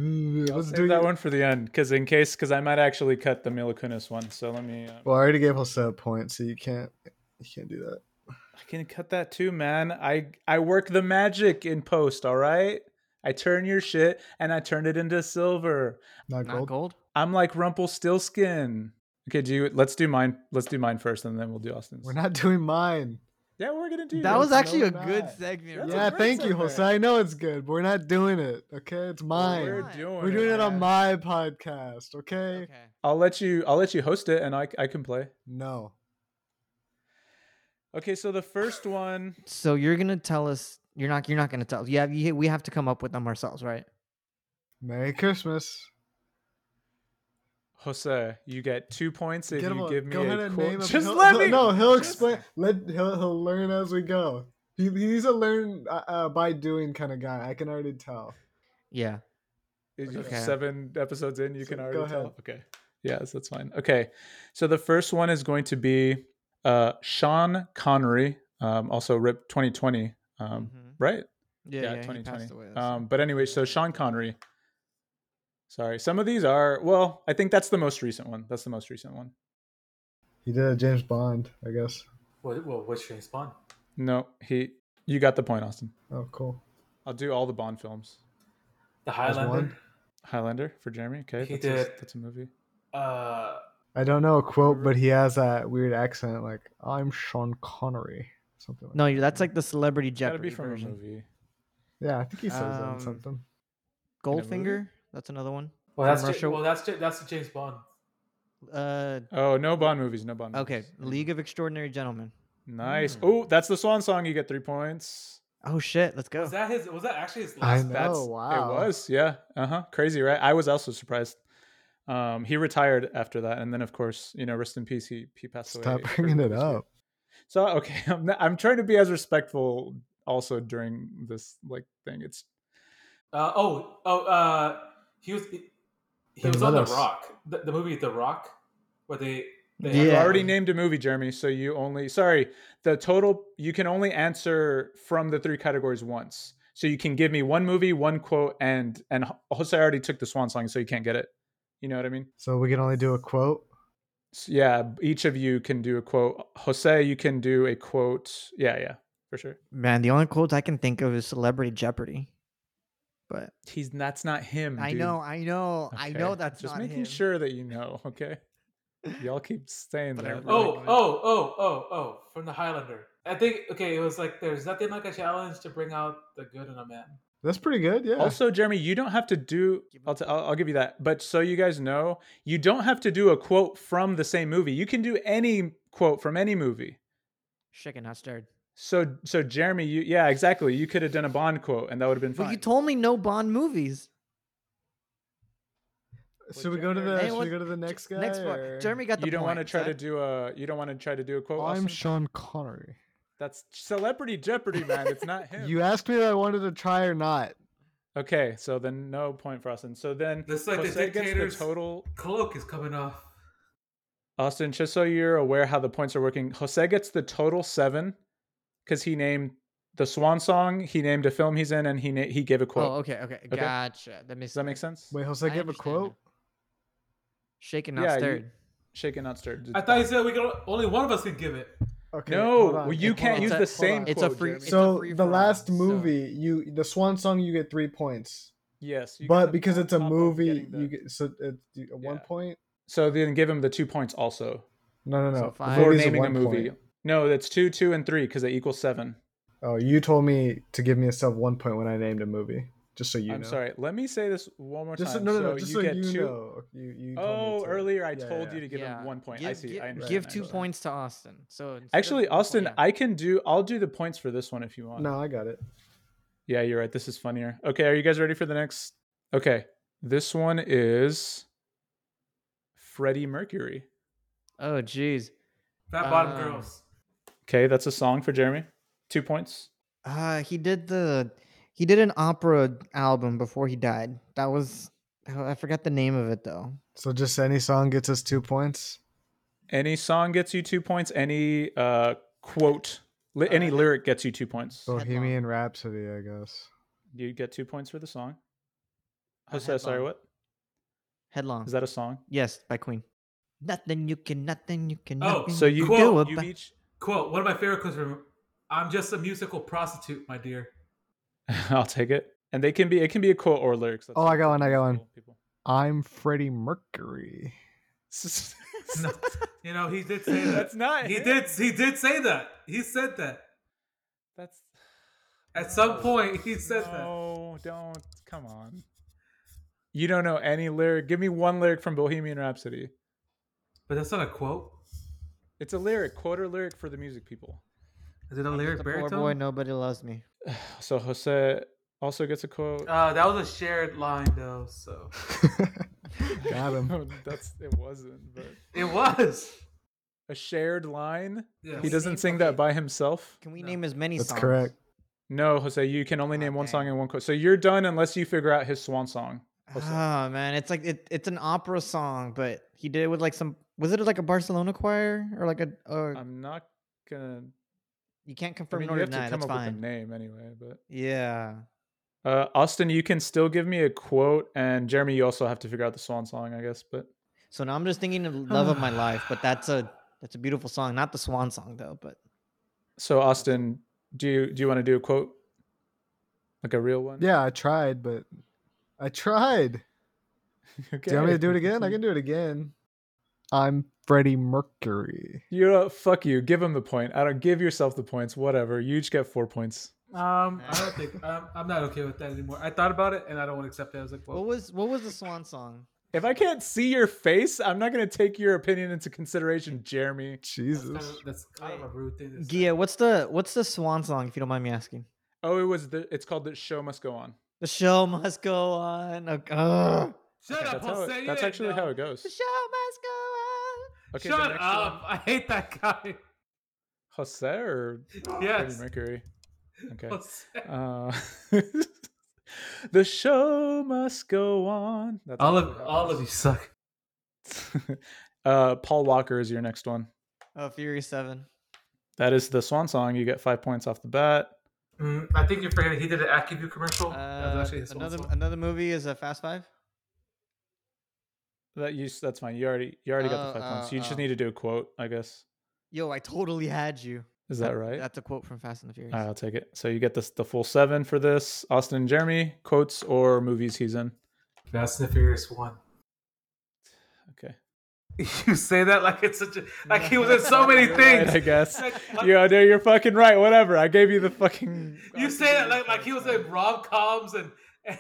Let's
save
do
that
it.
one for the end because in case because I might actually cut the Mila Kunis one. So let me. Uh,
Well, I already gave Jose a point, so you can't you can't do that.
I can cut that too, man. I I work the magic in post, all right? I turn your shit and I turn it into silver.
Not
Not
gold.
gold.
I'm like Rumpelstiltskin. Okay, do you let's do mine. Let's do mine first and then we'll do Austin's.
We're not doing mine.
yeah, we're gonna do
That
yours.
was
No,
actually a
we're
good
not.
segment.
That's
bro.
a
yeah,
great
thank you,
segment.
Jose. I know it's good. But we're not doing it. Okay, it's mine.
We're
Fine.
doing
We're doing it on
man.
my podcast, okay?
Okay.
I'll let you I'll let you host it and I I can play.
No.
Okay, so the first one
So you're gonna tell us you're not you're not gonna tell. Yeah, you, we have to come up with them ourselves, right?
Merry Christmas.
Jose, you get two points if
Get him
you
a-
give me
go ahead
a
and
cool.
name him.
Just
He'll-
let
he'll-
me.
No, he'll
just-
explain. Let he'll he'll learn as we go. He, he's a learn uh, uh, by doing kind of guy. I can already tell.
Yeah.
Is you
Okay.
Seven episodes in, you
So
can
go
already
ahead.
tell. Okay. Yes, that's fine. Okay. So the first one is going to be uh, Sean Connery, um, also RIP 2020, um,
Mhm.
right?
Yeah, yeah, he passed away. that's
um,
it.
but anyway, so Sean Connery. Sorry, some of these are well. I think that's the most recent one. That's the most recent one.
He did a James Bond, I guess.
What, what, what's James Bond?
No, he. You got the point, Austin.
Oh, cool.
I'll do all the Bond films.
The
There's
Highlander.
one.
Highlander for Jeremy. Okay,
He
that's a-
did.
that's a movie.
Uh,
I don't know a quote, but he has that weird accent, like "I'm Sean Connery," something. Like
no, you- that's like the celebrity
Gotta
Jeopardy
be from
version.
a movie.
that. yeah, I think he says that in
Um,
something.
a movie?
Goldfinger. That's another one.
well,
From
that's Ja-
Russia.
well, that's Ja- that's James Bond.
Uh,
Oh, no Bond movies. No Bond.
okay.
movies.
League of Extraordinary Gentlemen.
Nice.
Mm.
Oh, that's the swan song. You get three points.
Oh shit, let's go.
Was that his? Was that actually his
I
last?
know.
That's
Oh, wow.
It was. Yeah. Uh huh. Crazy, right? I was also surprised. Um, he retired after that, and then of course, you know, rest in peace. He he passed away.
Stop
earlier
bringing it
this year.
up.
So okay, [LAUGHS] I'm not, I'm trying to be as respectful also during this like thing. It's
Uh, oh, oh, uh, he was he,
Then
was
let
on The
us.
Rock, the, the movie The Rock, where they, they
you
Yeah.
already named a movie, Jeremy. So you only sorry the total. You can only answer from the three categories once. So you can give me one movie, one quote, and and Jose already took the swan song, so you can't get it. You know what I mean?
So we can only do a quote.
S- yeah each of you can do a quote jose you can do a quote yeah yeah for sure
Man, the only quote I can think of is Celebrity Jeopardy. But
he's that's not him
I
Mm, dude.
know, I know, I
Okay,
know that's
just
not
making
him.
sure that you know okay y'all
[LAUGHS]
keep saying
But I
that
really
like-
like-
Oh, oh, oh, oh, oh, from the Highlander. I think okay, it was like there's nothing like a challenge to bring out the good in a man.
That's pretty good. Yeah.
also jeremy you don't have to do
Give me
I'll, t- I'll, I'll give you that but so you guys know you don't have to do a quote from the same movie you can do any quote from any movie
Chicken not stirred.
so so jeremy you yeah exactly you could have done a bond quote and that would have been fine
But you told me no Bond movies.
should we go to the?
Hey,
should
what-
we go to the next guy?
Next one.
or-
Jeremy got the
You don't
want
want to try to do a you don't want to try to do a quote
I'm
Austin?
Sean Connery.
That's Celebrity Jeopardy, man. It's
[LAUGHS]
not him.
You asked me if I wanted to try or not.
okay, so then no point for Austin. So then
This is like the
Jose gets the
dictators.
total.
Cloak is coming off.
Austin, just so you're aware how the points are working, Jose gets the total seven because he named the Swan Song, he named a film he's in, and he na- he gave a quote.
Oh, okay, okay, gotcha. That makes
Does that make sense?
Wait, Jose
I
gave a
understand now.
quote.
Shaken not
Yeah, you-
stirred.
Shaken, not stirred.
I thought he said we could only one of us can give it.
Okay. hold
no,
on.
you
Hold
can't
on.
use
It's a-
the same.
on.
It's a
quote,
free-
Jeremy.
a
So
free
the
for all,
last
so-
movie, you the swan song, you get three points.
yes, you get
but
the
because
on
it's a
top of
movie,
getting the-
you get so it's you- a one
Yeah.
point.
so then give him the two points also
No, no,
So
no. The
five.
for
movie's
naming a
one
movie.
point.
No, that's two, two, and three because they equal seven.
Oh, you told me to give me a sub one point when I named a movie. Just so you
I'm
know.
sorry. Let me say this one more
Just so,
time.
no, no, no.
so
just
you
so
get
you
two.
know. You, you told me
Oh,
to-
earlier I
yeah,
told
yeah,
you to give
yeah.
him one point.
Give,
I see.
Give,
I understand.
give
I
two
understand.
points to Austin. So instead of
Actually,
one point-
Austin,
yeah.
I can do. I'll do the points for this one if you want.
No, I got it.
Yeah, you're right. This is funnier. Okay, are you guys ready for the next? Okay, this one is Freddie Mercury.
Oh, jeez.
Uh,
Fat bottom
Um,
girls.
Okay, that's a song for Jeremy. Two points.
Uh, he did the he did an opera album before he died. That was oh, I forgot the name of it though.
So just any song gets us two points.
Any song gets you two points. Any uh quote, li- any
Uh,
lyric gets you two points.
Headlong.
Bohemian Rhapsody, I guess.
You get two points for the song.
Uh,
Jose, sorry,
Headlong.
what?
Headlong.
Is that a song?
yes, by Queen. Nothing you can, nothing you can.
Oh,
nothing
So you
can do
you
about-
each
Quote. One of my favorite quotes from I'm just a musical prostitute, my dear.
[LAUGHS]
[LAUGHS]
I'll take it. And they can be it can be a quote or lyrics.
Oh, I got one. I got one. I'm Freddie Mercury.
No, you know, he did say that.
[LAUGHS] [LAUGHS] That's not
He
him.
did. He did say that. He said that.
That's
At some point, he said that.
no, don't come on. You don't know any lyric. Give me one lyric from Bohemian Rhapsody.
But that's not a quote.
It's a lyric, quote or lyric for the music people.
Is it a lyric
Poor
baritone?
boy, nobody loves me.
So Jose also gets a quote.
Uh, that was a shared line though, so
Got
[LAUGHS]
him.
That's it wasn't, but
it was.
a shared line.
Yeah.
He doesn't
Name-
sing
okay.
that by himself.
Can we name as many
That's
songs?
correct.
No, Jose, you can only
Ah,
name one
dang.
song and one quote. So you're done unless you figure out his swan song. Jose.
Ah man, it's like it, it's an opera song, but he did it with like some. Was it like a Barcelona choir or like a? Or
I'm not gonna.
you can't
Um, I
confirm
mean,
nor
you have to
deny.
come
That's
up with a
fine.
name anyway. But
Yeah.
uh, Austin, you can still give me a quote, and Jeremy, you also have to figure out the swan song, I guess. But
So now I'm just thinking of "Love of My Life," but that's a that's a beautiful song, not the Swan song though. But
so Austin, do you do you want to do a quote, like a real one? [LAUGHS]
Yeah, I tried, but I tried.
okay.
Do you want me to do it again?
[LAUGHS]
I can do it again. I'm Freddie Mercury.
You know, fuck you. Give him the point. I don't give yourself the points. Whatever. You each get four points.
Um, I don't think I'm, I'm not okay with that anymore. I thought about it and I don't want to accept it. I was like,
what
well,
was what was the Swan song?
If I can't see your face, I'm not gonna take your opinion into consideration, Jeremy.
that's kind
Jesus.
of, that's kind of a rude thing. To say.
Gia, what's the what's the Swan song? If you don't mind me asking.
Oh, it was the. It's called "The Show Must Go On."
The show must go on. oh, Ugh.
Shut
Okay,
up,
that's how
Jose.
it,
you
that's
didn't
actually
know.
how it goes.
the
[LAUGHS]
show must go on.
Okay, the
Shut
next
up!
One, Oh,
I hate that guy. [LAUGHS]
Jose or Freddie
Yes.
Mercury? Okay.
Jose.
Uh, [LAUGHS] the show must go on. That's
All of
actually how it
all of you
goes.
suck.
[LAUGHS] uh, Paul Walker is your next one.
Oh, Fury Seven.
That is the swan song. You get five points off the bat.
Mm, I think you're forgetting he did an AccuView commercial. Oh, that
Uh,
was actually his
another
another, song.
another movie is a Fast Five.
That you. s- That's fine. You already. You already got the
Oh,
five points.
oh,
You just
oh.
need to do a quote, I guess.
Yo, I totally had you.
Is that right? Uh,
That's a quote from Fast and the Furious.
All right, I'll take it. So you get this the full seven for this. Austin and Jeremy quotes or movies he's in. [LAUGHS]
Fast and the Furious One.
[SIGHS] Okay.
You say that like it's such a like he was in
[LAUGHS]
so many
You're right,
things.
I guess.
[LAUGHS] Like, like-
yeah, no, you're fucking right. Whatever. I gave you the fucking. uh,
You say that like like he was in
That's
rom coms and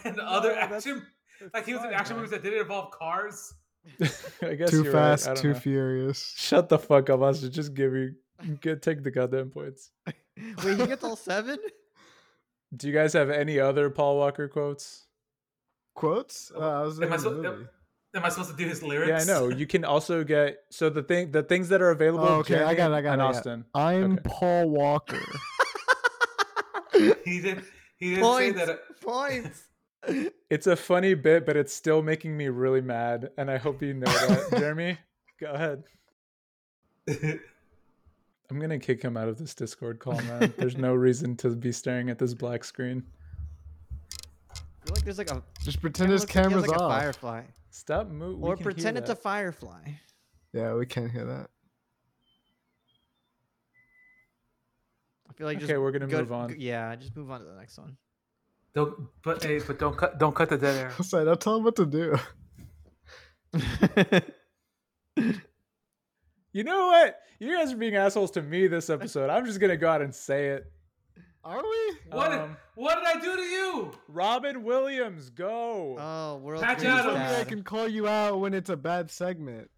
and other
No, that's-
action [LAUGHS] like he was in
fine,
action
man.
movies that didn't involve cars.
[LAUGHS]
I guess
Too
you're right.
fast,
I don't
too
know.
furious.
Shut the fuck up, Austin. Just give you get take the goddamn points.
Wait, he gets all seven?
Do you guys have any other Paul Walker quotes?
Quotes? Uh, I was in
Am I,
the
supposed
movie.
am, am I supposed to do his lyrics?
Yeah, I know. You can also get so the thing the things that are available.
Oh, okay,
Jeremy
I got it, I got
and
it, I got it.
Austin.
I'm
Okay.
Paul Walker.
[LAUGHS] He didn't [LAUGHS] he didn't
Points.
say that
Points.
It's a funny bit, but it's still making me really mad, and I hope you know
[LAUGHS]
that. Jeremy, go ahead.
uh,
I'm gonna kick him out of this Discord call, man. There's
[LAUGHS]
no reason to be staring at this black screen.
You're like there's like a
Just pretend
it
his
looks like he has,
camera's
like a
off.
firefly.
Stop moving.
Or pretend it's a firefly.
Yeah, we can't hear that. [LAUGHS]
I feel like just
Okay, we're gonna
go-
move on.
go- yeah, just move on to the next
[LAUGHS]
one.
[LAUGHS] don't but hey, but don't cut don't cut the dead air.
Jose, don't tell him what to do.
You know what? You guys are being assholes to me this episode. I'm just gonna go out and say it.
Are we?
What did-
Um,
what did I do to you?
Robin Williams, go.
Oh, world.
Patch
Greatest
out
Tell me I
Dad.
can call you out when it's a bad segment.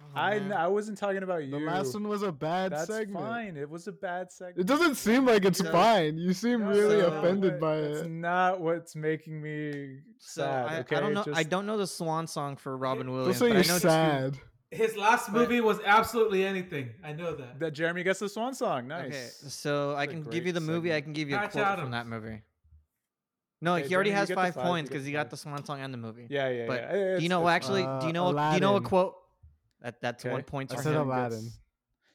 Oh,
I
man.
I wasn't talking about you.
The last one was a bad
That's
segment.
fine. It was a bad segment.
It doesn't seem like it's
No.
fine. You seem
No,
really
so-
that's not
offended
what-
by
That's
it.
not what's making me
So
sad.
I,
okay,
I don't know. I
Just-
don't know the swan song for Robin Williams.
That's why
but
you're
I know
sad.
His last
But-
movie was absolutely anything. I know that.
That Jeremy gets the swan song. Nice.
Okay, so I
That's a
can give
great
you the movie. I
segment.
can give you a
Patch
quote from that
Adams.
movie. No,
Okay,
he already
Jeremy, you
has
get the
five
five, you
points
get
because
the
he got
five.
the swan song and the movie.
Yeah, yeah,
but
yeah.
you know, actually, do
Uh,
you know? a- Do you know a
Aladdin.
quote? That that's one
Okay.
point
I
for
said
him.
Aladdin.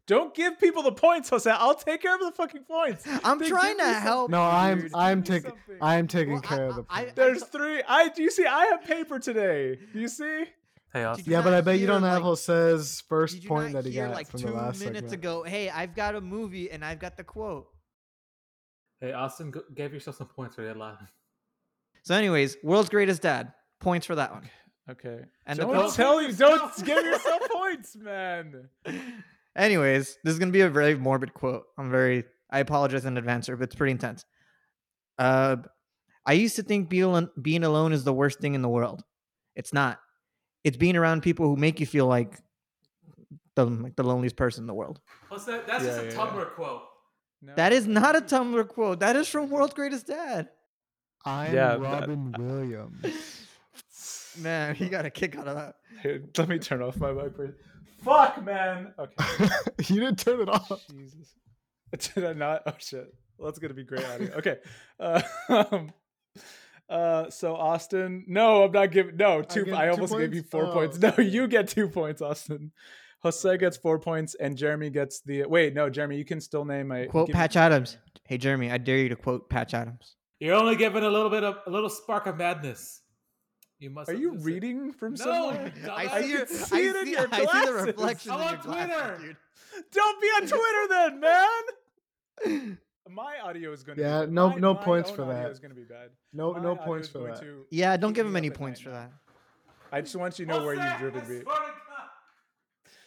Don't give people the points, Jose. I'll take care of the fucking points.
[LAUGHS]
[LAUGHS]
I'm
Then
trying
give
to
me some-
help.
No, Oh, I'm
dude.
I'm
give me
taking
something.
I'm taking
Well,
care
I-
of the.
I-
point.
There's three. I do you see? I have paper today. Do you see?
Hey,
Did
Austin.
you
yeah, but
not
I bet you don't
hear,
have
like-
Jose's
Did
first
you
point
not
that he
hear
got
like
from
two
the last
minutes
segment.
ago? Hey, I've got a movie and I've got the quote.
Hey, Austin, go, give yourself some points for that line.
So, anyways, world's greatest dad. Points for that one.
Okay.
And the
don't
points-
tell you. Don't
[LAUGHS]
give yourself points, man.
Anyways, this is gonna be a very morbid quote. I'm very I apologize in advance, sir, but it's pretty intense. Uh I used to think being alone, being alone is the worst thing in the world. It's not. It's being around people who make you feel like the like the loneliest person in the world.
What's that? That's
Yeah,
just a
yeah,
Tumblr quote.
That is not a Tumblr quote. That is from World's Greatest Dad.
I'm
Yeah, that-
Robin Williams. [LAUGHS]
Man, he got a kick out of that.
Here, let me turn off my mic. For... Fuck, man.
[LAUGHS]
Okay.
you didn't turn it off.
Jesus. Did I not? Oh shit. Well, that's gonna be
[LAUGHS]
great audio. Okay. Uh, [LAUGHS] um, uh, so Austin, no, I'm not giving. No, two.
get
I,
two
almost gave you
points?
four
Oh,
points. No, you get two points, Austin. Jose gets four points, and Jeremy gets the. Wait, no, Jeremy, you can still name a
Quote
give-
Patch Adams. Hey Jeremy, I dare you to quote Patch Adams.
You're only given a little bit of a little spark of madness. You must.
Are
have
you
missed it.
reading from
No,
somewhere? [LAUGHS]
you dumbass.
I see your-
can see
I
it in
see-
your
I see the
glasses.
reflection
I'm
in
on
your glasses,
Twitter.
dude.
Don't be on Twitter then, man. [LAUGHS] My audio is gonna.
Yeah,
be,
no-
my-
no
my
points
own
for
audio
that.
Is gonna be bad.
No,
My
no
audio
points
is
for
going
that.
to
Yeah, don't
keep
give
me
him
up
any
at
points
night
for
now.
that.
I just want you to know where
Jose,
you've driven
I
me.
swear to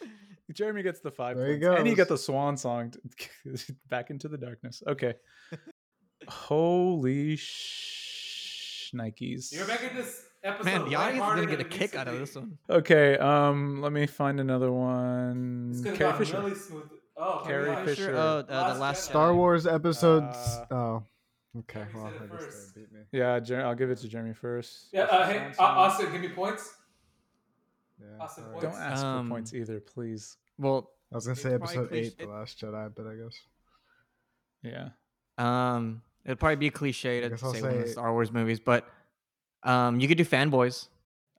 God.
Jeremy gets the five
There he
points, and you
goes.
get the swan song. to- [LAUGHS] Back into the darkness. Okay. Holy sh! Nikes.
You're making this episode.
Man, the audience is gonna
lighthearted
get a
than it needs
kick
to
out of
be.
this one.
Okay. Um. Let me find another one.
This could
Carrie
have
Fisher.
gone really smooth. Oh,
Carrie
Carrie Fisher.
Fisher.
Oh, uh, the
Last
last
Jedi.
Star
Jedi.
Wars episodes.
Uh,
oh, okay.
Jeremy
Well,
said it
I guess
first.
that beat me.
Yeah, Jer- I'll give it to Jeremy first.
Yeah, uh, hey, uh, Austin, give me points.
Yeah,
Austin,
sorry.
what-
Don't ask
Um,
for points either, please.
Well,
I was gonna
It's
say
probably
episode
cliche-
eight, The Last Jedi, but I guess
Yeah.
um, it'll probably be a cliche to
guess
say,
I'll
one of the
say-
Star Wars movies, but um, you could do Fanboys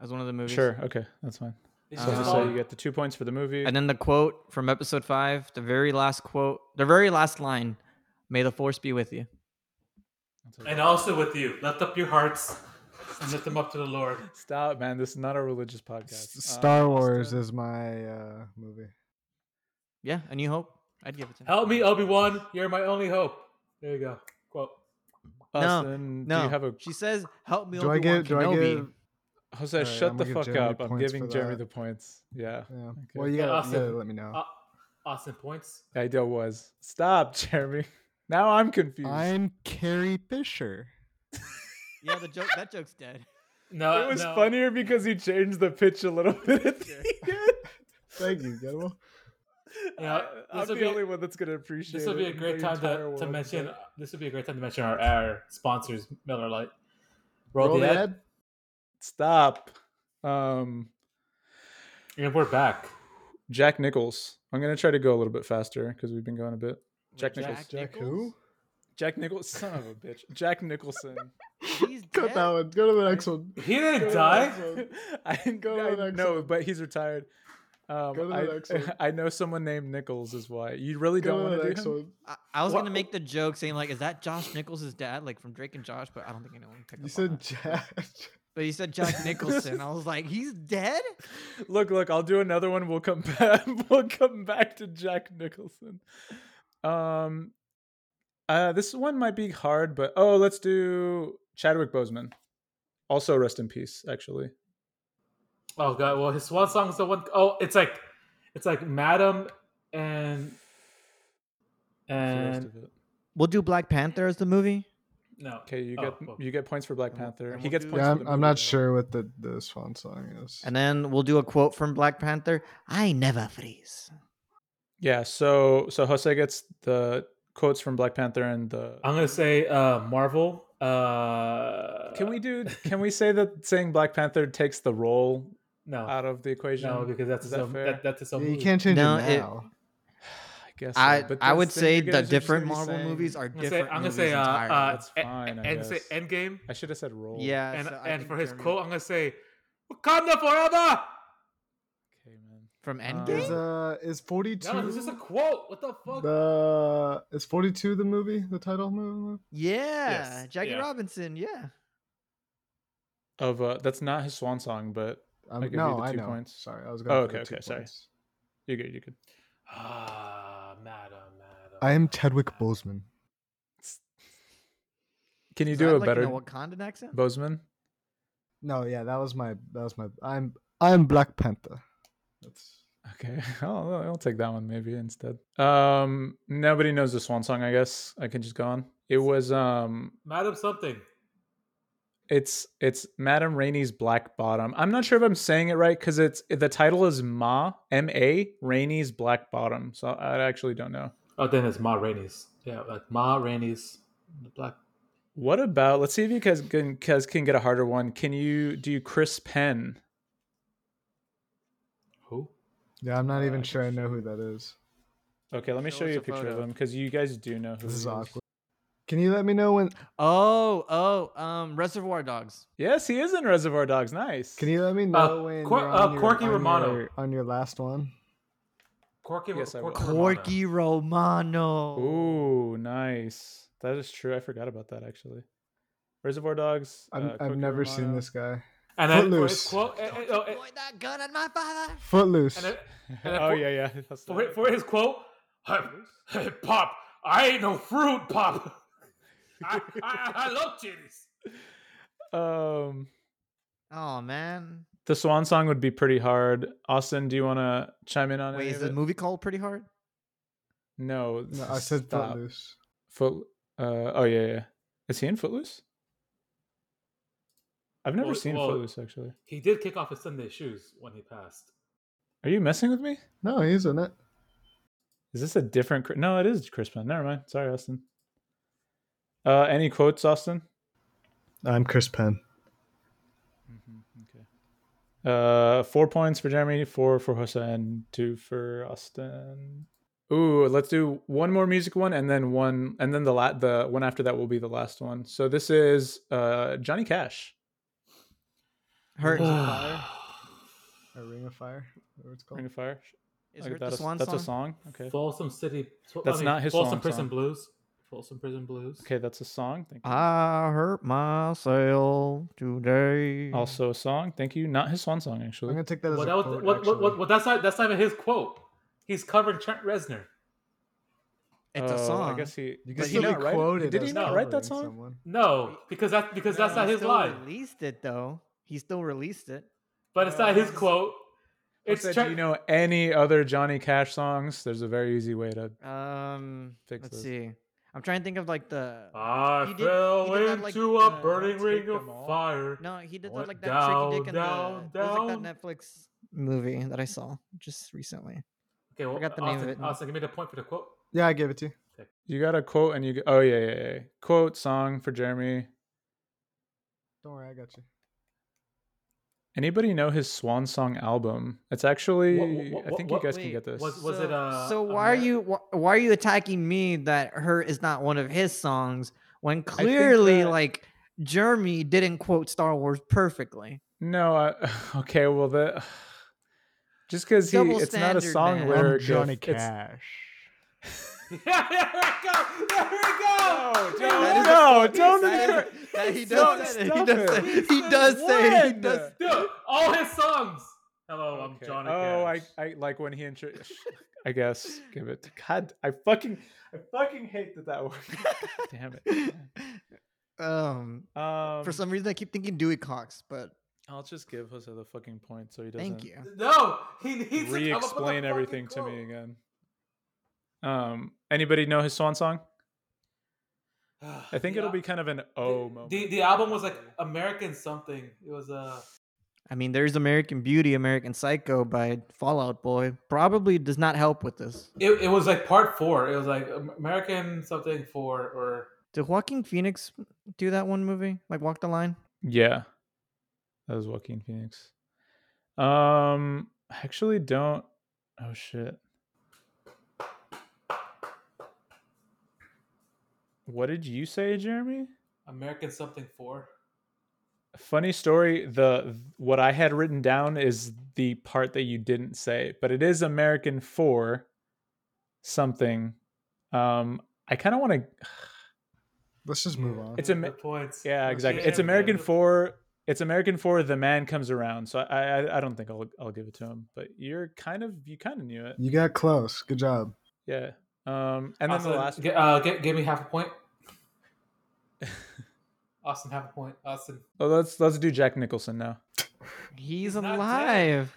as one of the movies.
Sure. Okay, that's fine.
It's
So,
Uh,
just
so
all-
you get the two points for the movie.
And then the quote from Episode Five, the very last quote, the very last line: "May the Force be with you."
and also with you. Lift up your hearts and lift them up to the Lord.
Stop, man. This is not a religious
S-
podcast.
Star
Um,
Wars
Austin-
is my uh, movie.
Yeah, A New Hope. I'd give it to. him.
Help me, Obi Wan. You're my only hope. There you go. Quote.
Austin,
no,
do you have a
she says, "Help me,
Do I
Obi
get?
Wan
Do I
Kenobi."
get?
Jose?
Alright,
shut
I'm
the
gonna give
fuck
Jeremy
up. I'm
points
giving
for
Jeremy
that.
the points. Yeah.
Yeah.
Okay.
Well, you gotta, you
Austin,
gotta let me know.
uh, Austin points.
The idea was stop, [LAUGHS] Jeremy. Now I'm confused.
I'm Carrie Fisher.
yeah, the joke. That joke's dead.
No,
it was
Uh, no.
funnier because he changed the pitch a little bit at the end.
Thank you, [LAUGHS] Gable.
Yeah,
[LAUGHS] I, am
this'll
the
be-
only one that's gonna appreciate.
This would be
it
a
in
great
the
time
entire
to, to
world,
mention.
but-
This would be a great time to mention our, our sponsors, Miller Lite. Roll,
Roll
the ad.
that.
Stop. Um,
and we're back.
Jack Nichols. I'm gonna try to go a little bit faster because we've been going a bit. [LAUGHS] Jack Nichols.
Jack who?
Jack Nichols, son of a bitch. Jack
[LAUGHS]
Nicholson.
He's
Cut
dead.
that one. Go to the next one.
He didn't die.
[LAUGHS] I didn't
Go
go.
to the
I,
next
no,
one.
but he's retired. Um,
Go to the
I,
next one.
[LAUGHS] I know someone named Nichols is why. You really
Go
don't
to
want
the
to do
next
him?
one.
I, I was
Wha-
gonna make the joke saying like, "Is that Josh Nichols' dad?" Like from Drake and Josh, but I don't think anyone picked
You
up on
said
that.
[LAUGHS]
Jack.
But he said Jack Nicholson. I was like, "He's dead."
Look, look, I'll do another one. We'll come [LAUGHS] back. We'll come back to Jack Nicholson. Um, uh, this one might be hard, but oh, let's do Chadwick Boseman. Also, rest in peace. Actually,
Oh god. Well, his swan song is the one oh it's like, it's like Madam and
For the rest
and
of it.
We'll do Black Panther as the movie.
no.
okay, you
Oh,
get
well,
you get points for Black
And we'll-
Panther.
and
He
we'll
gets
do-
points.
Yeah,
for
I'm,
the
I'm
movie,
not
though.
sure what the, the swan song is.
And then we'll do a quote from Black Panther. I never freeze.
Yeah, so so Jose gets the quotes from Black Panther and the
I'm gonna say uh Marvel. Uh
Can we do can we say that saying Black Panther takes the role
no
out of the equation?
no because that's
Is
his
that
own,
fair?
that, that's his own
Yeah, you
movie.
can't change
No,
it
it-
now.
I guess so,
I
but
I
that's-
would
then
say
you guys
the
are just
different
gonna be
Marvel
saying-
movies are
I'm gonna say,
different.
I'm gonna say uh,
entirely.
uh
That's
e-
fine, I
e- and say
guess.
Endgame
I should have said role.
yeah,
and
so I
and
think
for his
Jeremy-
quote I'm gonna say Wakanda forever.
Okay, man.
from
Um,
Endgame.
Is uh is forty two
No, this is a quote. What the fuck?
the is forty two the movie the title movie?
yeah,
yes,
Jackie
yeah.
Robinson. Yeah,
Of uh that's not his swan song, but
Um,
I give you
no,
the
I
two
know.
points.
Sorry, I was going.
Oh,
for the
okay,
two
okay, sorry.
points.
you good, you good.
Ah, Madam, Madam.
I am Chadwick Boseman.
Can you
Is
do
that
a
like in
better
a Wakandan accent?
Bozeman?
No, yeah, that was my that was my I'm I'm Black Panther. That's
Okay, [LAUGHS] I'll, I'll take that one maybe instead. Um, nobody knows the swan song. I guess I can just go on. It was um,
Madam something.
it's it's Madame Rainey's Black Bottom. I'm not sure if I'm saying it right because it's the title is Ma M A Rainey's Black Bottom. So I actually don't know.
Oh, then it's Ma Rainey's. Yeah, like Ma Rainey's Black.
What about? Let's see if you guys can, guys can get a harder one. Can you do Chris Penn?
Who?
yeah, I'm not even sure I know who that is.
Okay, let me show,
us
you a
a
picture of
photo.
him because you guys do know who
This
he
is awkward. Can you let me know when
Oh, oh, um, Reservoir Dogs.
Yes, he is in Reservoir Dogs. Nice.
can you let me know when
Cor-
you're
uh,
on your-
Corky
on
Romano.
your- on your last one?
Corky,
Yes, I
Corky,
will.
Romano.
Corky
Oh.
Romano.
Ooh, nice. That is true. I forgot about that actually. Reservoir Dogs.
I'm,
uh,
I've
Coco
never seen
Romano.
this [LAUGHS] guy.
And then, or
Footloose.
it's quo- eh, eh, oh, eh,
Point that gun at my father.
Footloose.
and then- and
[LAUGHS]
then
oh
for-
yeah, [LAUGHS] yeah. that's
For,
it.
for his quote, "Hey, hey, Pop, I ain't no fruit, Pop. I, I, I love titties.
Um,
Oh man.
the Swan Song would be pretty hard. Austin, do you want to chime in on
Wait,
any
is
of
the
it?
movie called Pretty Hard?
No,
no, I said
stop.
Footloose.
Foot. Uh, oh yeah, yeah. Is he in Footloose? I've never
Well,
seen
well-
Footloose actually.
He did kick off his Sunday shoes when he passed.
Are you messing with me?
No, he's in it.
Is this a different? Chri- No, it is Chris Penn. Never mind. Sorry, Austin. Uh, any quotes, Austin?
I'm Chris Penn.
Uh, four points for Jeremy, four for Hussein, two for Austin. Ooh, let's do one more music one, and then one, and then the la- the one after that will be the last one. So this is uh Johnny Cash.
[SIGHS]
[SIGHS] Hurt.
Rings
Ah,
of Fire. Or Ring of Fire. Whatever it's called.
Ring of Fire.
Is
Look
Hurt
at
the
that.
Swan
that's
song?
a song. Okay.
Folsom City. I
That's
mean,
not his
Folsom
swan
Prison
song.
Blues. Folsom Prison Blues.
Okay, that's a song. Thank you.
I hurt myself today.
also a song. Thank you. Not his swan song
I'm
actually.
gonna take that as
Well,
a
that was,
quote.
what, what, what,
actually.
what, that's not that's not even his quote. He's covering Trent Reznor.
it's a
Oh,
song.
I guess he.
You
but
can
he
still
not
be quoted.
right? Did he
as
not write that song?
covering someone.
No, because that's because that's
No,
not
he
his
still
line.
Released it though. He still released it.
But it's not his quote.
It's
It's
said,
Trent.
do you know any other Johnny Cash songs? There's a very easy way to.
Um,
Fix
let's
this.
see. I'm trying to think of like the.
I
He did-
fell
he did that, like,
into
uh,
a burning
take
ring
them
of
all.
fire.
No, he did
What?
that like that tricky dick
Down,
in
down,
the. It was like that Netflix movie that I saw just recently.
Okay, well,
Forgot the name of
Austin,
it now.
Austin, give me the point for the quote.
Yeah, I gave it to you.
You got a quote and you. Go, oh yeah, yeah, yeah. Quote song for Jeremy.
Don't worry, I got you.
Anybody know his Swan Song album? It's actually.
what-
I think
what-
you guys
wait,
can get this.
was- was it,
so,
uh,
So why are
Ameri-
you why, why are you attacking me that her is not one of his songs when
think
clearly
that-
like Jeremy didn't quote Star Wars perfectly?
no. I, [LAUGHS] okay. Well, the. [SIGHS] Just because he,
Double
it's not a
standard,
song
man. I'm
lyric. if
Johnny
it's-
Cash.
Yeah, [LAUGHS] there we go. There we go.
No,
There
That is-
we go.
No, don't
that is- that [LAUGHS] he
Don't
does say it. He
stop
does say
it.
he does say he
When?
does.
Dude, all his songs. Hello, I'm
Okay.
Johnny
oh,
Cash.
I, I like when he intro. [LAUGHS] I guess give it. God, I fucking, I fucking hate that
[LAUGHS]
that worked. Damn it.
Um,
Um,
for some reason I keep thinking Dewey Cox, but
I'll just give Jose the fucking point so he doesn't.
thank you.
No, he needs to come up with a
Re-explain
fucking
everything to
quote. [SIGHS]
me again. Um, anybody know his swan song? I think
The
it'll
al-
be kind of an oh moment.
The, the album was like American something. It was uh
I mean, there's American Beauty, American Psycho by Fallout Boy. Probably does not help with this.
it, it was like part four. It was like Am- American something four or
Did Joaquin Phoenix do that one movie, like Walk the Line?
Yeah, that was Joaquin Phoenix. Um, I actually don't. Oh shit. What did you say, Jeremy?
American something four.
Funny story. The what I had written down is the part that you didn't say, but it is American for something. Um, I kind of want to.
Let's just move on.
It's a-
Good points.
Yeah, [LAUGHS]
Good
exactly.
shit,
It's American
man.
for it's American for the man comes around. So I I, I don't think I'll I'll give it to him. But you're kind of you kind of knew it.
You got close. Good job.
Yeah. Um, and then the
Austin,
last [LAUGHS]
gi- uh, gi- give me half a point. Austin have a point. Austin.
Oh, let's let's do Jack Nicholson now.
He's alive.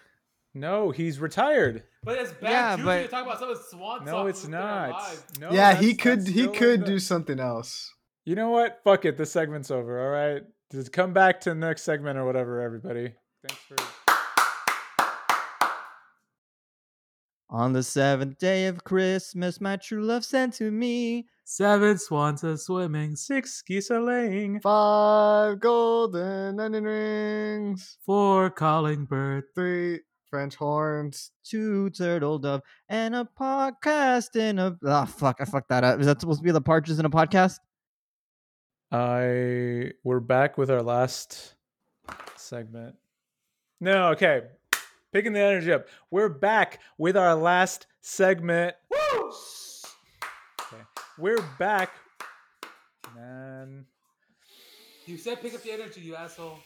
No, he's retired.
But it's bad
Yeah,
juju
but-
to talk about someone's swan
No,
song
it's
when they're
not.
alive.
No,
yeah, he
that's-
could
that's
he
still in
could
the-
do something else.
You know what? Fuck it. This segment's over. All right, just come back to the next segment or whatever, everybody. Thanks for.
On the seventh day of Christmas, my true love sent to me.
Seven swans are swimming,
Six skis are laying.
Five golden onion rings,
four calling bird.
three French horns. [LAUGHS]
Two turtle dove and a podcast in a. Ah, fuck. I fucked that up. Is that supposed to be the partridge in a podcast?
I we're back with our last segment. No, okay. Picking the energy up. We're back with our last segment. Woo! Okay. We're back. Man.
You said pick up the energy, you asshole.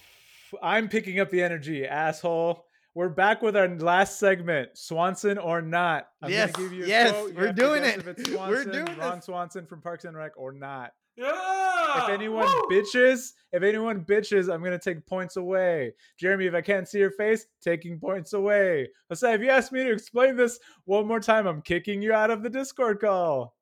I'm picking up the energy, asshole. We're back with our last segment, Swanson or not. I'm gonna
Yes,
give you a
yes,
quote. You
we're
have to
doing
guess
it.
If
[LAUGHS]
it's
We're
Swanson,
doing
Ron
this.
Swanson from Parks and Rec or not.
Yeah.
Ah,
If anyone
Woo!
bitches, if anyone bitches, I'm gonna take points away. Jeremy, if I can't see your face, taking points away. Jose, if you ask me to explain this one more time, I'm kicking you out of the Discord call.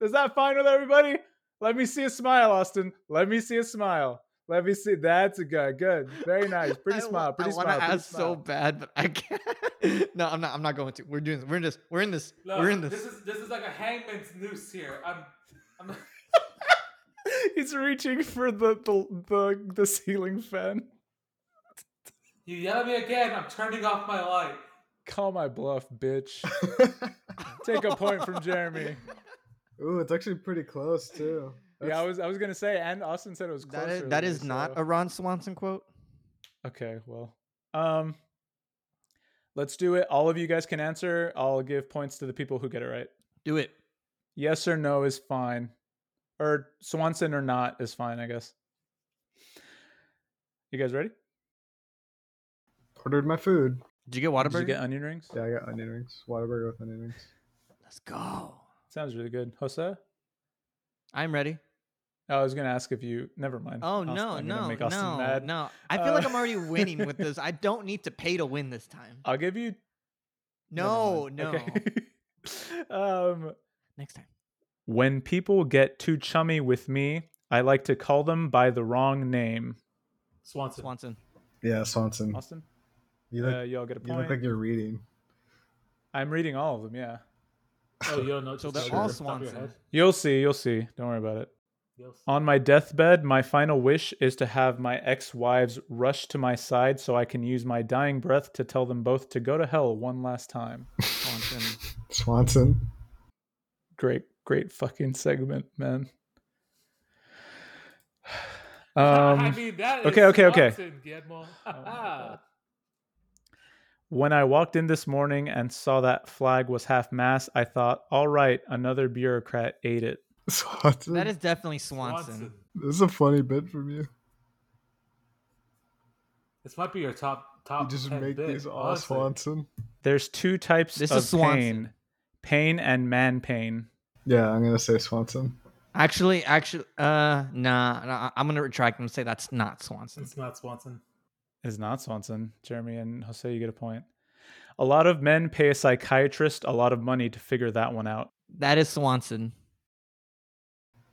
Is that fine with everybody? Let me see a smile, Austin. Let me see a smile. Let me see. That's a good, good, very nice.
[LAUGHS]
Pretty
I wa-
smile. Pretty
I
smile.
want to
pretty
ask so
smile. [LAUGHS]
bad, but I can't. [LAUGHS] no, I'm not. I'm not going to. We're doing. This. We're in this. We're in this.
Look,
we're in this.
This is this is like a hangman's noose here. I'm, I'm
He's reaching for the the the, the ceiling fan.
you yell at me again. I'm turning off my light.
Call my bluff, bitch.
[LAUGHS]
Take a point from [LAUGHS] Jeremy.
Ooh, it's actually pretty close too.
[LAUGHS] Yeah, I was I was gonna say, and Austin said it was close.
That is, that
earlier,
is not
so-
a Ron Swanson quote.
okay. Well, um, let's do it. All of you guys can answer. I'll give points to the people who get it right.
Do it.
Yes or no is fine, or Swanson or not is fine, I guess. You guys ready?
Ordered my food.
Did you get
Did you
Whataburger?
get onion rings?
Yeah, I got onion rings. Whataburger with onion rings.
Let's go.
Sounds really good. Jose,
I'm ready.
Mm, I was gonna ask if you. Never mind.
Oh
Austin-
no,
I'm gonna
no,
make Austin
no,
mad.
no! I feel like
Uh,
I'm already winning
[LAUGHS]
with this. I don't need to pay to win this time.
I'll give you. never
No,
mind.
no.
Okay. [LAUGHS] um.
[LAUGHS] Next time.
When people get too chummy with me, I like to call them by the wrong name.
Swanson.
Swanson.
Yeah, Swanson.
Austin,
You look,
uh, y'all get a
you look
point.
like you're reading.
I'm reading all of them. Yeah,
Oh, you don't know.
So
just
they're
know
all
off the top of your
Swanson.
head.
you'll see. You'll see. Don't worry about it.
Yes.
On my deathbed, my final wish is to have my ex-wives rush to my side so I can use my dying breath to tell them both to go to hell one last time.
Swanson.
Swanson. [LAUGHS]
Great, great fucking segment, man.
[LAUGHS]
[SIGHS]
[LAUGHS]
I
Um,
mean, that is
okay, okay, okay.
Swanson, Guillermo. [LAUGHS] Ah,
When I walked in this morning and saw that flag was half mast, I thought, all right, another bureaucrat ate it.
Swanson.
That is definitely Swanson.
This is a funny bit from you.
This might be your top top.
Oh,
You just
10
make
bit,
these all
honestly.
Swanson.
There's two types
This
of
is Swanson.
pain pain and man pain.
Yeah, I'm gonna say Swanson.
Actually, actually, uh, nah, nah. I'm gonna retract and say that's not Swanson.
It's not Swanson.
It's not Swanson. Jeremy and Jose, you get a point. A lot of men pay a psychiatrist a lot of money to figure that one out.
That is Swanson.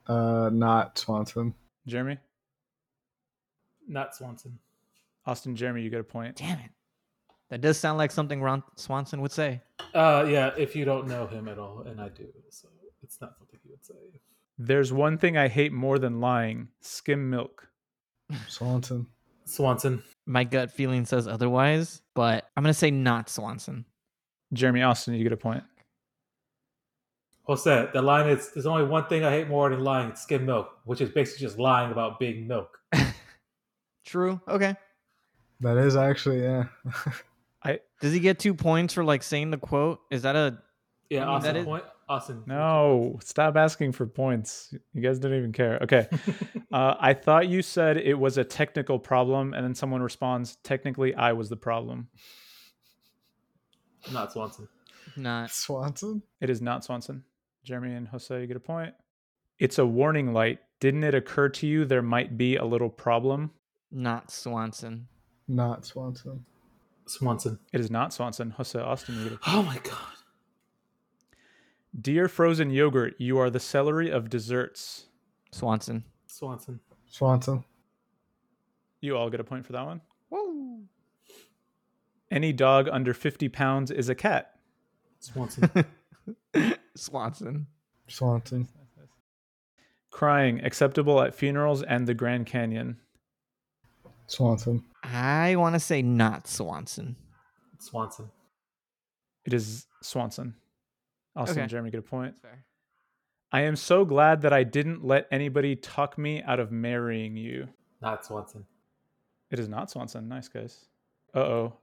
Uh, not Swanson.
Jeremy?
Not Swanson.
Austin, Jeremy, you get a point.
Damn it. That does sound like something Ron Swanson would say.
Uh, yeah. If you don't know him at all, and I do, so it's not something he would say.
There's one thing I hate more than lying skim milk.
Swanson.
Swanson.
My gut feeling says otherwise, but I'm gonna say not Swanson.
Jeremy, Austin, you get a point.
Jose, the line is: "There's only one thing I hate more than lying. It's skim milk, which is basically just lying about being milk."
True. Okay.
That is actually yeah.
Does he get two points for like saying the quote? Is that a
Mm,
Yeah,
I mean,
Austin.
that is-
point. Austin.
No, stop asking for points. You guys don't even care. Okay. uh, I thought you said it was a technical problem, and then someone responds, technically, I was the problem.
Not Swanson.
not?
Swanson.
It is not Swanson. Jeremy and Jose, you get a point. It's a warning light. Didn't it occur to you there might be a little problem?
Not Swanson.
Not Swanson.
Swanson.
It is not Swanson. Jose Austin. you get it.
Oh my god.
Dear frozen yogurt, you are the celery of desserts.
Swanson.
Swanson.
Swanson.
You all get a point for that one. Any dog under 50 pounds is a cat.
Swanson.
Swanson.
Swanson.
Crying, acceptable at funerals and the Grand Canyon.
Swanson.
I want to say not Swanson.
Swanson.
It is Swanson. Austin
Okay.
and Jeremy get a point.
fair.
I am so glad that I didn't let anybody talk me out of marrying you.
Not Swanson.
It is not Swanson. Nice guys. Uh oh.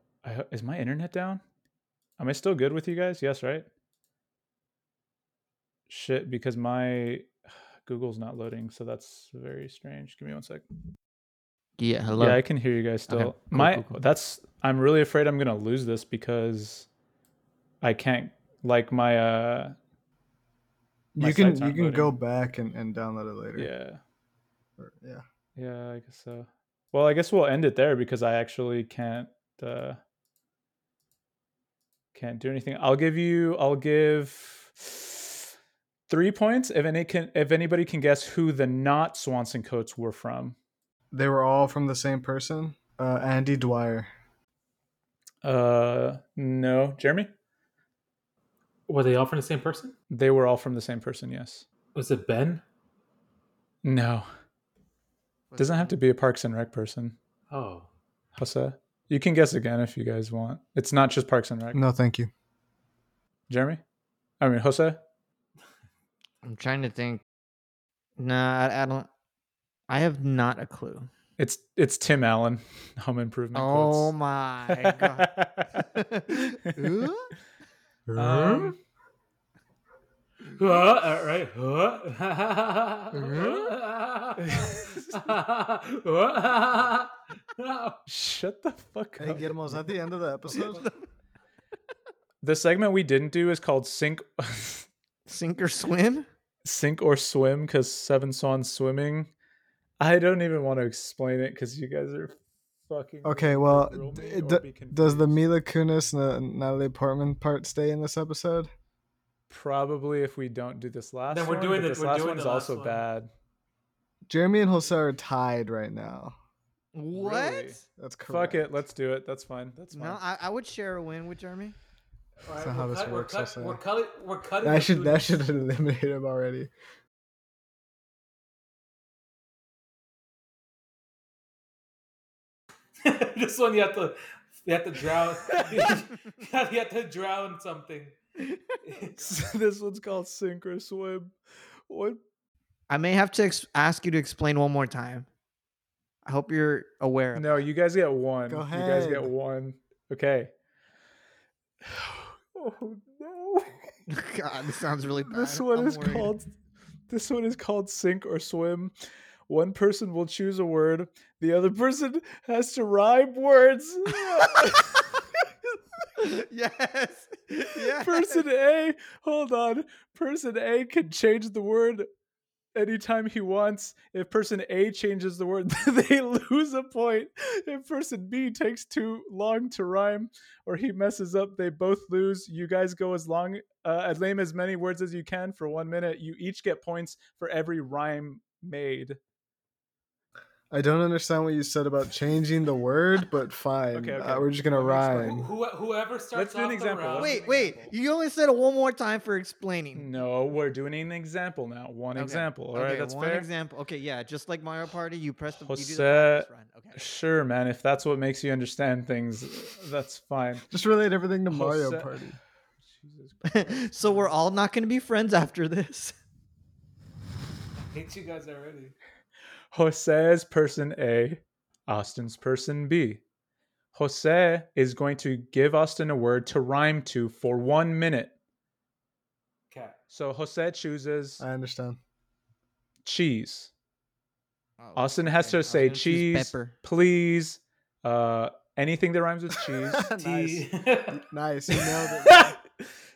Is my internet down? Am I still good with you guys? Yes, right? Shit, because my [SIGHS] Google's not loading, so that's very strange. Give me one sec.
Yeah, hello.
Yeah, I can hear you guys still.
Okay, cool,
my
cool, cool.
that's I'm really afraid I'm gonna lose this because I can't like my uh My
you can
sites
you
aren't
can go
loading.
back and, and download it later.
yeah.
Or- yeah.
Yeah, I guess so. Well, I guess we'll end it there because I actually can't uh can't do anything. I'll give you I'll give three points if any can if anybody can guess who the not Swanson coats were from.
They were all from the same person. Uh, Andy Dwyer.
Uh no, Jeremy?
Were they all from the same person?
They were all from the same person, yes.
Was it Ben?
No.
Was
Doesn't
it
have to be a Parks and Rec person.
[LAUGHS] Oh.
Hussa. You can guess again if you guys want. It's not just Parks and Rec.
No, thank you.
Jeremy? I mean Jose?
I'm trying to think. Nah, I, I don't. I have not a clue.
It's it's Tim Allen, home improvement.
Oh
quotes.
[LAUGHS] my god. [LAUGHS]
[LAUGHS]
Huh?
um,
Huh, all right.
[LAUGHS]
Huh?
[LAUGHS]
shut the fuck
Hey,
up.
Guillermo, is that the end of
[LAUGHS]
the episode?
The segment we didn't do is called Sink [LAUGHS]
Sink or swim?
Sink or Swim because Seven Swans Swimming. I don't even want to explain it because you guys are fucking.
okay,
gonna
well,
grill me or
d- d-
be
does the
confused.
Mila Kunis and uh, Natalie Portman part stay in this episode?
probably if we don't do this last?
Then we're
one,
doing
but
it-
This
we're
last
doing
one
the
is
last
also
one.
bad.
Jeremy and Jose are tied right now.
What?
Really?
That's correct.
Fuck it,
[LAUGHS]
let's do it. That's fine. That's fine.
No, I, I would share a win with [LAUGHS] Jeremy.
All
That's
right,
not how
we're
this
cut-
works,
We're,
I
cut-
say.
we're cutting. We're cutting.
That
the
should that
Kunis.
should have eliminated him already.
[LAUGHS]
[LAUGHS]
this one you have to. You have to drown. [LAUGHS] you have to drown something.
[LAUGHS]
[LAUGHS] this one's called Sink or Swim. What?
I may have to ex- ask you to explain one more time. I hope you're aware. Of
No, you guys get one.
Go
You guys get
ahead.
one. Okay. [SIGHS] Oh no.
[LAUGHS] God, this sounds really bad.
This one
I'm
is
worried.
called This one is called Sink or Swim. One person will choose a word. The other person has to rhyme
[LAUGHS]
words.
[LAUGHS] [LAUGHS]
[LAUGHS]
yes. yes.
[LAUGHS] Person A, hold on. Person A can change the word anytime he wants. If person A changes the word, [LAUGHS] they lose a point. If person B takes too long to rhyme or he messes up, they both lose. You guys go as long, uh, as lame as many words as you can for one minute. You each get points for every rhyme made.
I don't understand what you said about changing the word, but fine.
Okay,
Uh,
okay.
we're just gonna
Let me
Who,
rhyme.
who- whoever starts
do an
off
example.
the round.
Let's do
Wait, wait. You only said it one more time for explaining.
No, we're doing an example now. One
Hmm, Okay.
example. All right,
okay,
that's
one
fair.
example. Okay, yeah, just like Mario Party, you press the you do the
Jose-
run. Okay.
Sure, man. If that's what makes you understand things, that's fine.
Just relate everything to Mario
Jose-
Party.
Jesus
[LAUGHS] so we're all not going to be friends after this.
I hate you guys already.
Jose's person A, Austin's person B. Jose is going to give Austin a word to rhyme to for one minute.
Cat.
So Jose chooses
I
[LAUGHS]
understand.
cheese.
Oh,
Austin has
okay. I
to
was
say
gonna choose
cheese,
Pepper.
please, uh, anything
[LAUGHS]
that rhymes with cheese.
nice.
T.
[LAUGHS]
Nice. You nailed it.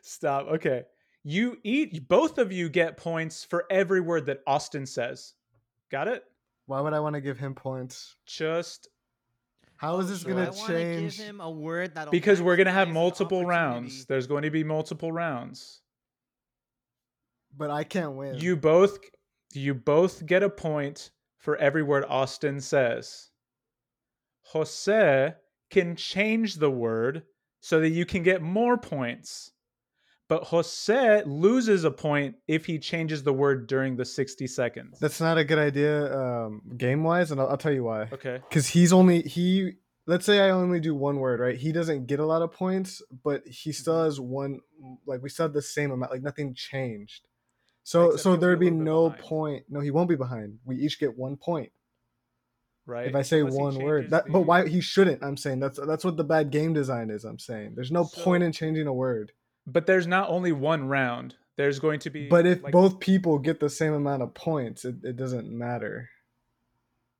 Stop. Okay. You eat both of you get points for every word that Austin says. Got it?
Why would I want to give him points?
Just
how is this
Do I
gonna
wanna
change?
Give him a word that'll
because we're gonna have
maximize the
multiple
opportunity.
rounds. There's going to be multiple rounds.
But I can't win.
You both you both get a point for every word Austin says. Jose can change the word so that you can get more points. But Jose loses a point if he changes the word during the 60 seconds.
That's not a good idea, um, game wise, and I'll, I'll tell you why.
Okay.
Because he's only he. Let's say I only do one word, right? He doesn't get a lot of points, but he
Mm-hmm.
still has one. Like we still have the same amount. Like nothing changed. So
Except
so
he'll be a
there'd be
little bit
no
behind.
point. No, he won't be behind. We each get one point
Right.
if I say
Unless he
one word.
changes
That,
the-
but why he shouldn't? I'm saying that's that's what the bad game design is. I'm saying there's no point
So-
in changing a word.
But there's not only one round. There's going to be
But if
like,
both people get the same amount of points, it, it doesn't matter.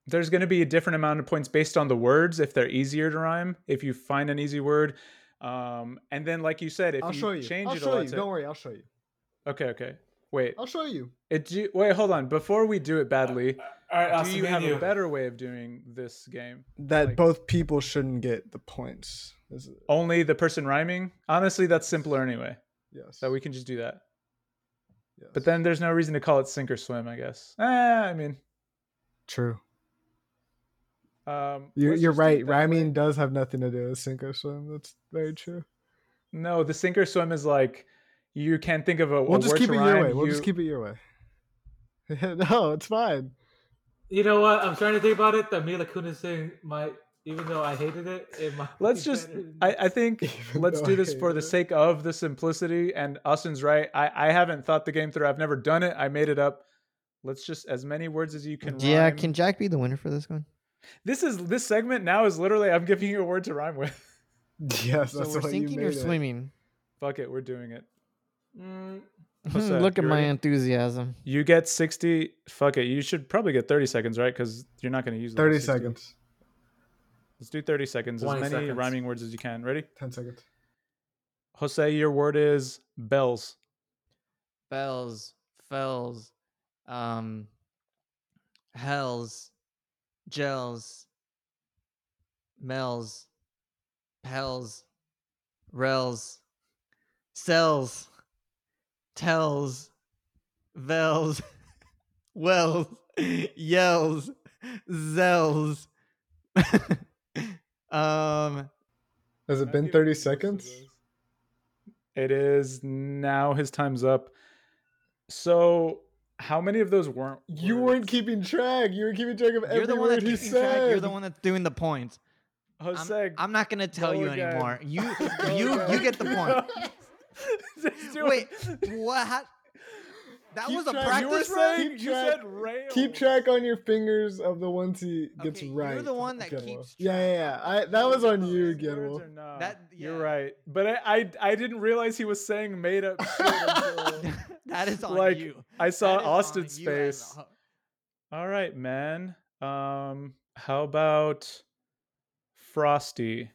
there's going to be a different amount of points based on the words if they're easier to rhyme if you find an easy word um and then like you said if
I'll
you
show you.
change
I'll
it a
show
lot
you.
to-
Don't worry. Oh. I'll show you.
okay okay wait
I'll show you.
it do, wait hold on before we do it badly
All right,
do
Austin,
you
me
have
and
a better way of doing this game
That
Like-
both people shouldn't get the points. Is it?
only the person rhyming honestly that's simpler anyway
Yes.
so we can just do that
yes.
but then there's no reason to call it sink or swim i guess ah, i mean
true.
um
You're,
let's just
you're
do it
right.
that way.
Rhyming does have nothing to do with sink or swim. That's very true.
no the sink or swim is like you can't think of a
We'll
a
just
word
keep
to
it
rhyme,
your way. We'll just
you-
keep it your way. [LAUGHS] no, it's fine.
You know what? I'm trying to think about it. The Mila Kunis thing might, even though I hated it, it might.
let's
be
just
better than-
I, I think
Even
let's
though
do
I
this for
hate
the
it.
sake of the simplicity and austin's right I, I haven't thought the game through i've never done it i made it up let's just as many words as you can
yeah,
rhyme.
can Jack be the winner for this one?
this is this segment now is literally i'm giving you a word to rhyme with [LAUGHS]
Yes,
So
that's
we're
why you
sinking
made
or
it.
swimming.
fuck it we're doing it
Mm,
[LAUGHS]
What's
[LAUGHS]
that?
Look at
You
my
ready?
enthusiasm.
you get 60 fuck it you should probably get 30 seconds right because you're not going to use the whole
Thirty
60.
seconds.
let's do 30 seconds as
20
many
seconds.
rhyming words as you can ready
Ten seconds.
jose your word is bells
Bells, fells, um, hells, gels, mells, pels, rels, cells, tells, vels, [LAUGHS] wells, yells, zells. [LAUGHS] um,
Has it been thirty seconds?
It is now his time's up. So, how many of those weren't?
You weren't
words?
keeping track. You were keeping track of every
you're the one
word
that's
he
keeping track.
said.
You're the one that's doing the points. I'm,
Jose. [LAUGHS]
I'm not gonna tell
go
you
again.
anymore.
[LAUGHS]
You
go
you you
again.
get the
[LAUGHS]
point.
Just do
Wait,
it.
what? How, that
Keep
was a
track.
You
practice
were
run.
saying
Keep
you
track.
said rail.
Keep track on your fingers of the ones he gets
Okay,
right.
you're the one that
Gilmore.
keeps
Yeah, yeah, yeah.
track.
I, that was on you,
Those words
Gilmore.
are not-
That-
You're
yeah.
right, but I, I I didn't realize he was saying made up shit until
[LAUGHS] that is on
like
you.
I saw
That is on
Austin's
you as
face.
a-
All right, man. Um, how about Frosty?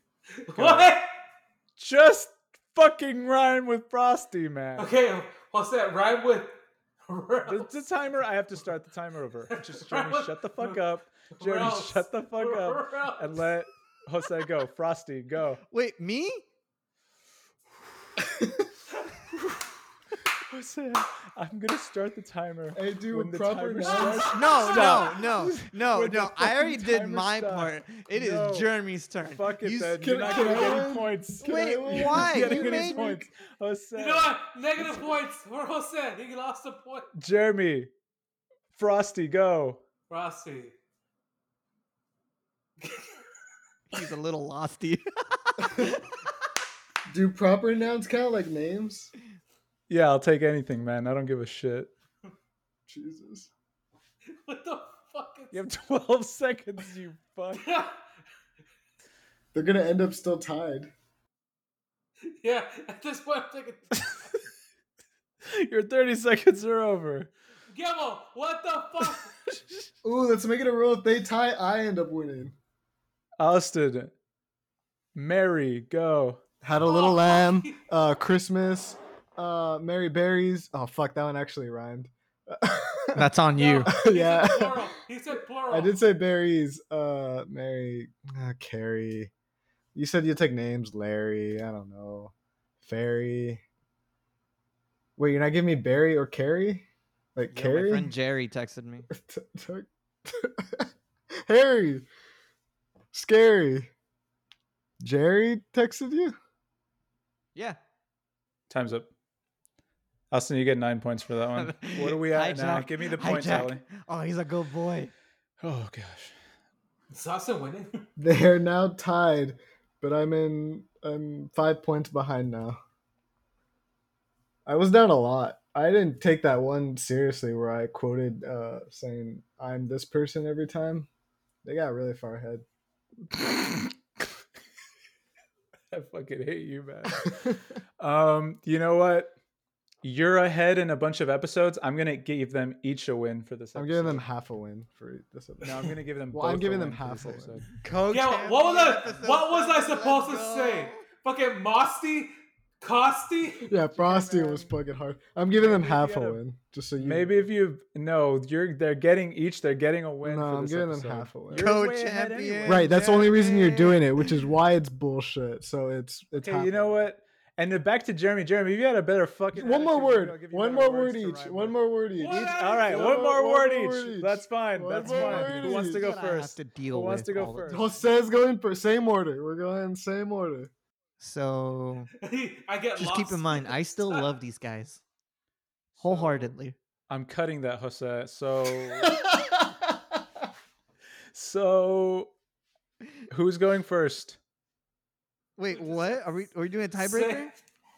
What?
Just fucking rhyme with Frosty, man.
Okay, what's that? Rhyme with. [LAUGHS]
The, the timer. I have to start the timer over. Just Jeremy, shut the fuck up. Jeremy,
Ralphs.
shut the fuck
[LAUGHS]
up and let Jose go. Frosty, go.
Wait,
[LAUGHS]
me?
Jose, I'm gonna start the timer.
Hey, dude,
when the
proper
timer
nouns.
starts.
No,
Stop.
no, no, no,
When the
no. I
[LAUGHS]
already
fucking
did
timer
my
stops.
part. It is
No.
Jeremy's turn.
Fuck it,
You
then.
s-
You're
Can-
not
can
gonna
I
get any
win?
points.
Can I [LAUGHS]
Wait,
win?
You're not
why?
getting
You
any
made me-
points. Jose,
You know what? Negative points for Jose. He lost a point.
Jeremy, Frosty, go.
Rossi.
he's a little
[LAUGHS]
losty.
Do proper nouns count like names?
Yeah, I'll take anything, man. I don't give a shit.
Jesus.
What the fuck
You have [LAUGHS]
is [LAUGHS]
12 seconds, you fuck.
They're gonna end up still tied.
Yeah, at this point, I'm thinking,
Your 30 seconds are over.
Gemo, what the fuck?
Ooh, let's make it a rule. If they tie, I end up winning.
Austin, Mary,
Oh,
go.
[LAUGHS]
Had a little lamb. Uh, Christmas. Uh, Mary Berries. Oh fuck, that one actually rhymed.
[LAUGHS]
[LAUGHS]
That's on [LAUGHS] [LAUGHS] you.
yeah.
Plural. He said plural.
I did say berries. Uh, Mary, uh, Carrie. You said you take names, Larry. I don't know, Fairy. Wait, you're not giving me Barry or Carrie, like
Yeah,
Carrie,
My friend Jerry texted me.
T- [LAUGHS] t- Harry, scary. Jerry texted you.
Yeah.
Time's up. Austin, you get nine points for that
[LAUGHS]
one.
[LAUGHS]
What are we at now?
Hijack.
Give me the points,
Hijack.
Allie.
Oh, he's a good boy.
Oh gosh.
Is Austin winning?
They are now tied, but I'm in. I'm five points behind now. I was down a lot. I didn't take that one seriously where I quoted uh, saying "I'm this person" every time. They got really far ahead.
[LAUGHS] I fucking hate you,
[LAUGHS]
man. um, you know what? You're ahead in a bunch of episodes. I'm gonna give them each a win for this. Episode.
I'm giving them half a win for [LAUGHS] this episode.
No, I'm gonna give them.
Well, I'm
both a
giving them
win for
half
this
a win.
episode.
yeah, what was I what was I supposed to say? Fucking Mosty? Costy?
yeah, Frosty was fucking hard. I'm giving them
Maybe
half
get
a
a-
win, just so you.
Maybe if you no, you're they're getting each. They're getting a win.
No,
for
I'm
this
giving them
episode.
half a win.
You're way ahead anyway.
right. That's the only reason you're doing it, which is why it's bullshit. So it's it's.
Okay,
half
you
a
know what? And then back to Jeremy. Jeremy, if you had a better fucking.
One more
attitude, maybe I'll
word.
give you
One
better
more word
words to
each.
rhyme
One
with.
more word each.
What?
Each- [LAUGHS] all right,
One
one more
more- one
word
more
each.
word each.
That's fine.
One
That's
more
fine.
word
Who wants to
each.
go
What I have
first?
to deal
Who wants
with
to go
all the
first?
Jose's going for same order. We're going same order.
So
[LAUGHS] I get
just
lost.
keep in mind,
[LAUGHS]
I still love these guys wholeheartedly.
[LAUGHS] I'm cutting that, Jose.
[LAUGHS]
So, so who's going first?
Wait, what? Are we are we doing a
Say-
tiebreaker?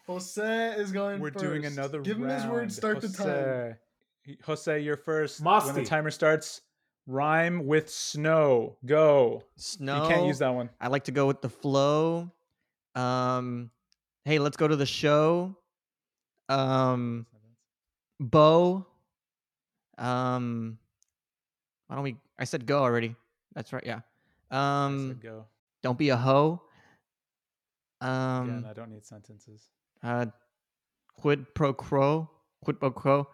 Jose is going.
We're doing
first.
another.
Give him his word.
round.
Start the time.
Jose. He- Jose, you're first. When the
Masti.
timer starts, rhyme with snow. Go.
Snow.
You can't use that one.
I like to go with the flow. Um, hey, let's go to the show. Um, Bo. Um, why don't we? I said go already. That's right. Yeah.
I
Um,
said go.
don't be a hoe.
Again,
Um,
I don't need sentences.
uh, quid pro quo. Quid pro quo.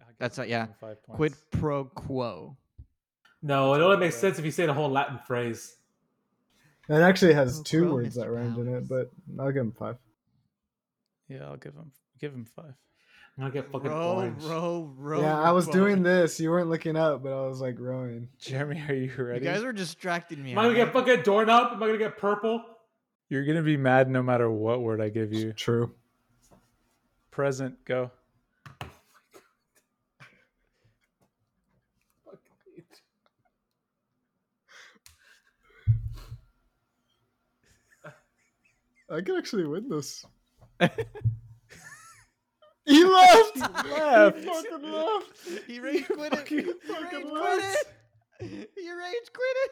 I'll give
That's
you
right, yeah.
Five points.
Quid pro quo.
No, it only makes
Yeah.
sense if you say the whole Latin phrase.
It actually has
Oh,
two
bro,
words that
Mr.
rhymed in it,
Powers.
but I'll give him five.
Yeah, I'll give him. Give him five. [LAUGHS]
I'm gonna get fucking
Row,
orange.
row, row.
yeah, I was
row.
doing this. You weren't looking up, but I was like rowing.
Jeremy, are you
You
ready?
guys were distracting me.
Am I gonna get
[LAUGHS] alright?
fucking doorknob? Am I gonna get purple?
You're gonna be mad no matter what word I
[LAUGHS]
give you.
True.
Present, go.
I could actually win this.
[LAUGHS]
he left.
Left.
He fucking left.
[LAUGHS]
He rage quit it. He
fucking-
rage
fucking
quit
left.
it. He rage quit it.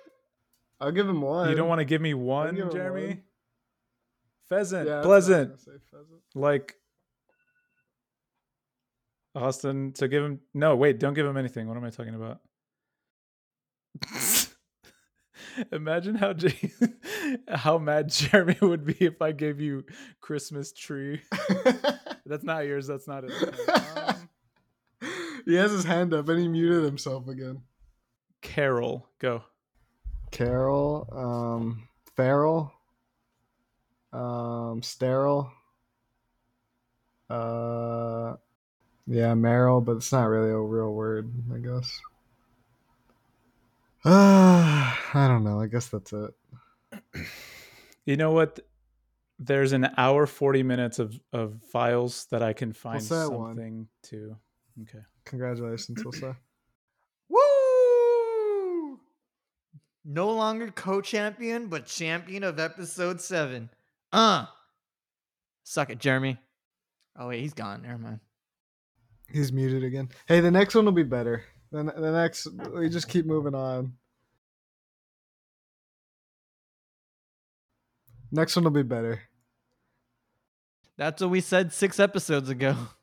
I'll give him one.
You don't want to give me one,
give him
Jeremy?
one.
Pheasant,
that's what I was
pleasant,
gonna say, pheasant.
like Austin. So give him. No, wait, don't give him anything. What am I talking about? [LAUGHS] Imagine how J- [LAUGHS] how mad Jeremy would be if I gave you Christmas tree. that's not yours. That's not it. Um,
[LAUGHS] he has his hand up and he muted himself again.
Carol, go.
Carol, um, feral, um, sterile. Uh, yeah, Meryl, but it's not really a real word, I guess. [SIGHS] Uh, I don't know. I guess that's it.
You know what? There's an hour forty minutes of of files that I can find
that one?
something to. Okay.
Congratulations, Ilsa.
Woo! No longer co-champion, but champion of episode seven. Uh. Suck it, Jeremy. Oh wait, he's gone. Never mind.
He's muted again. Hey, the next one will be better. The, the next, we just keep moving on. Next one will be better.
That's what we said six episodes ago. [LAUGHS]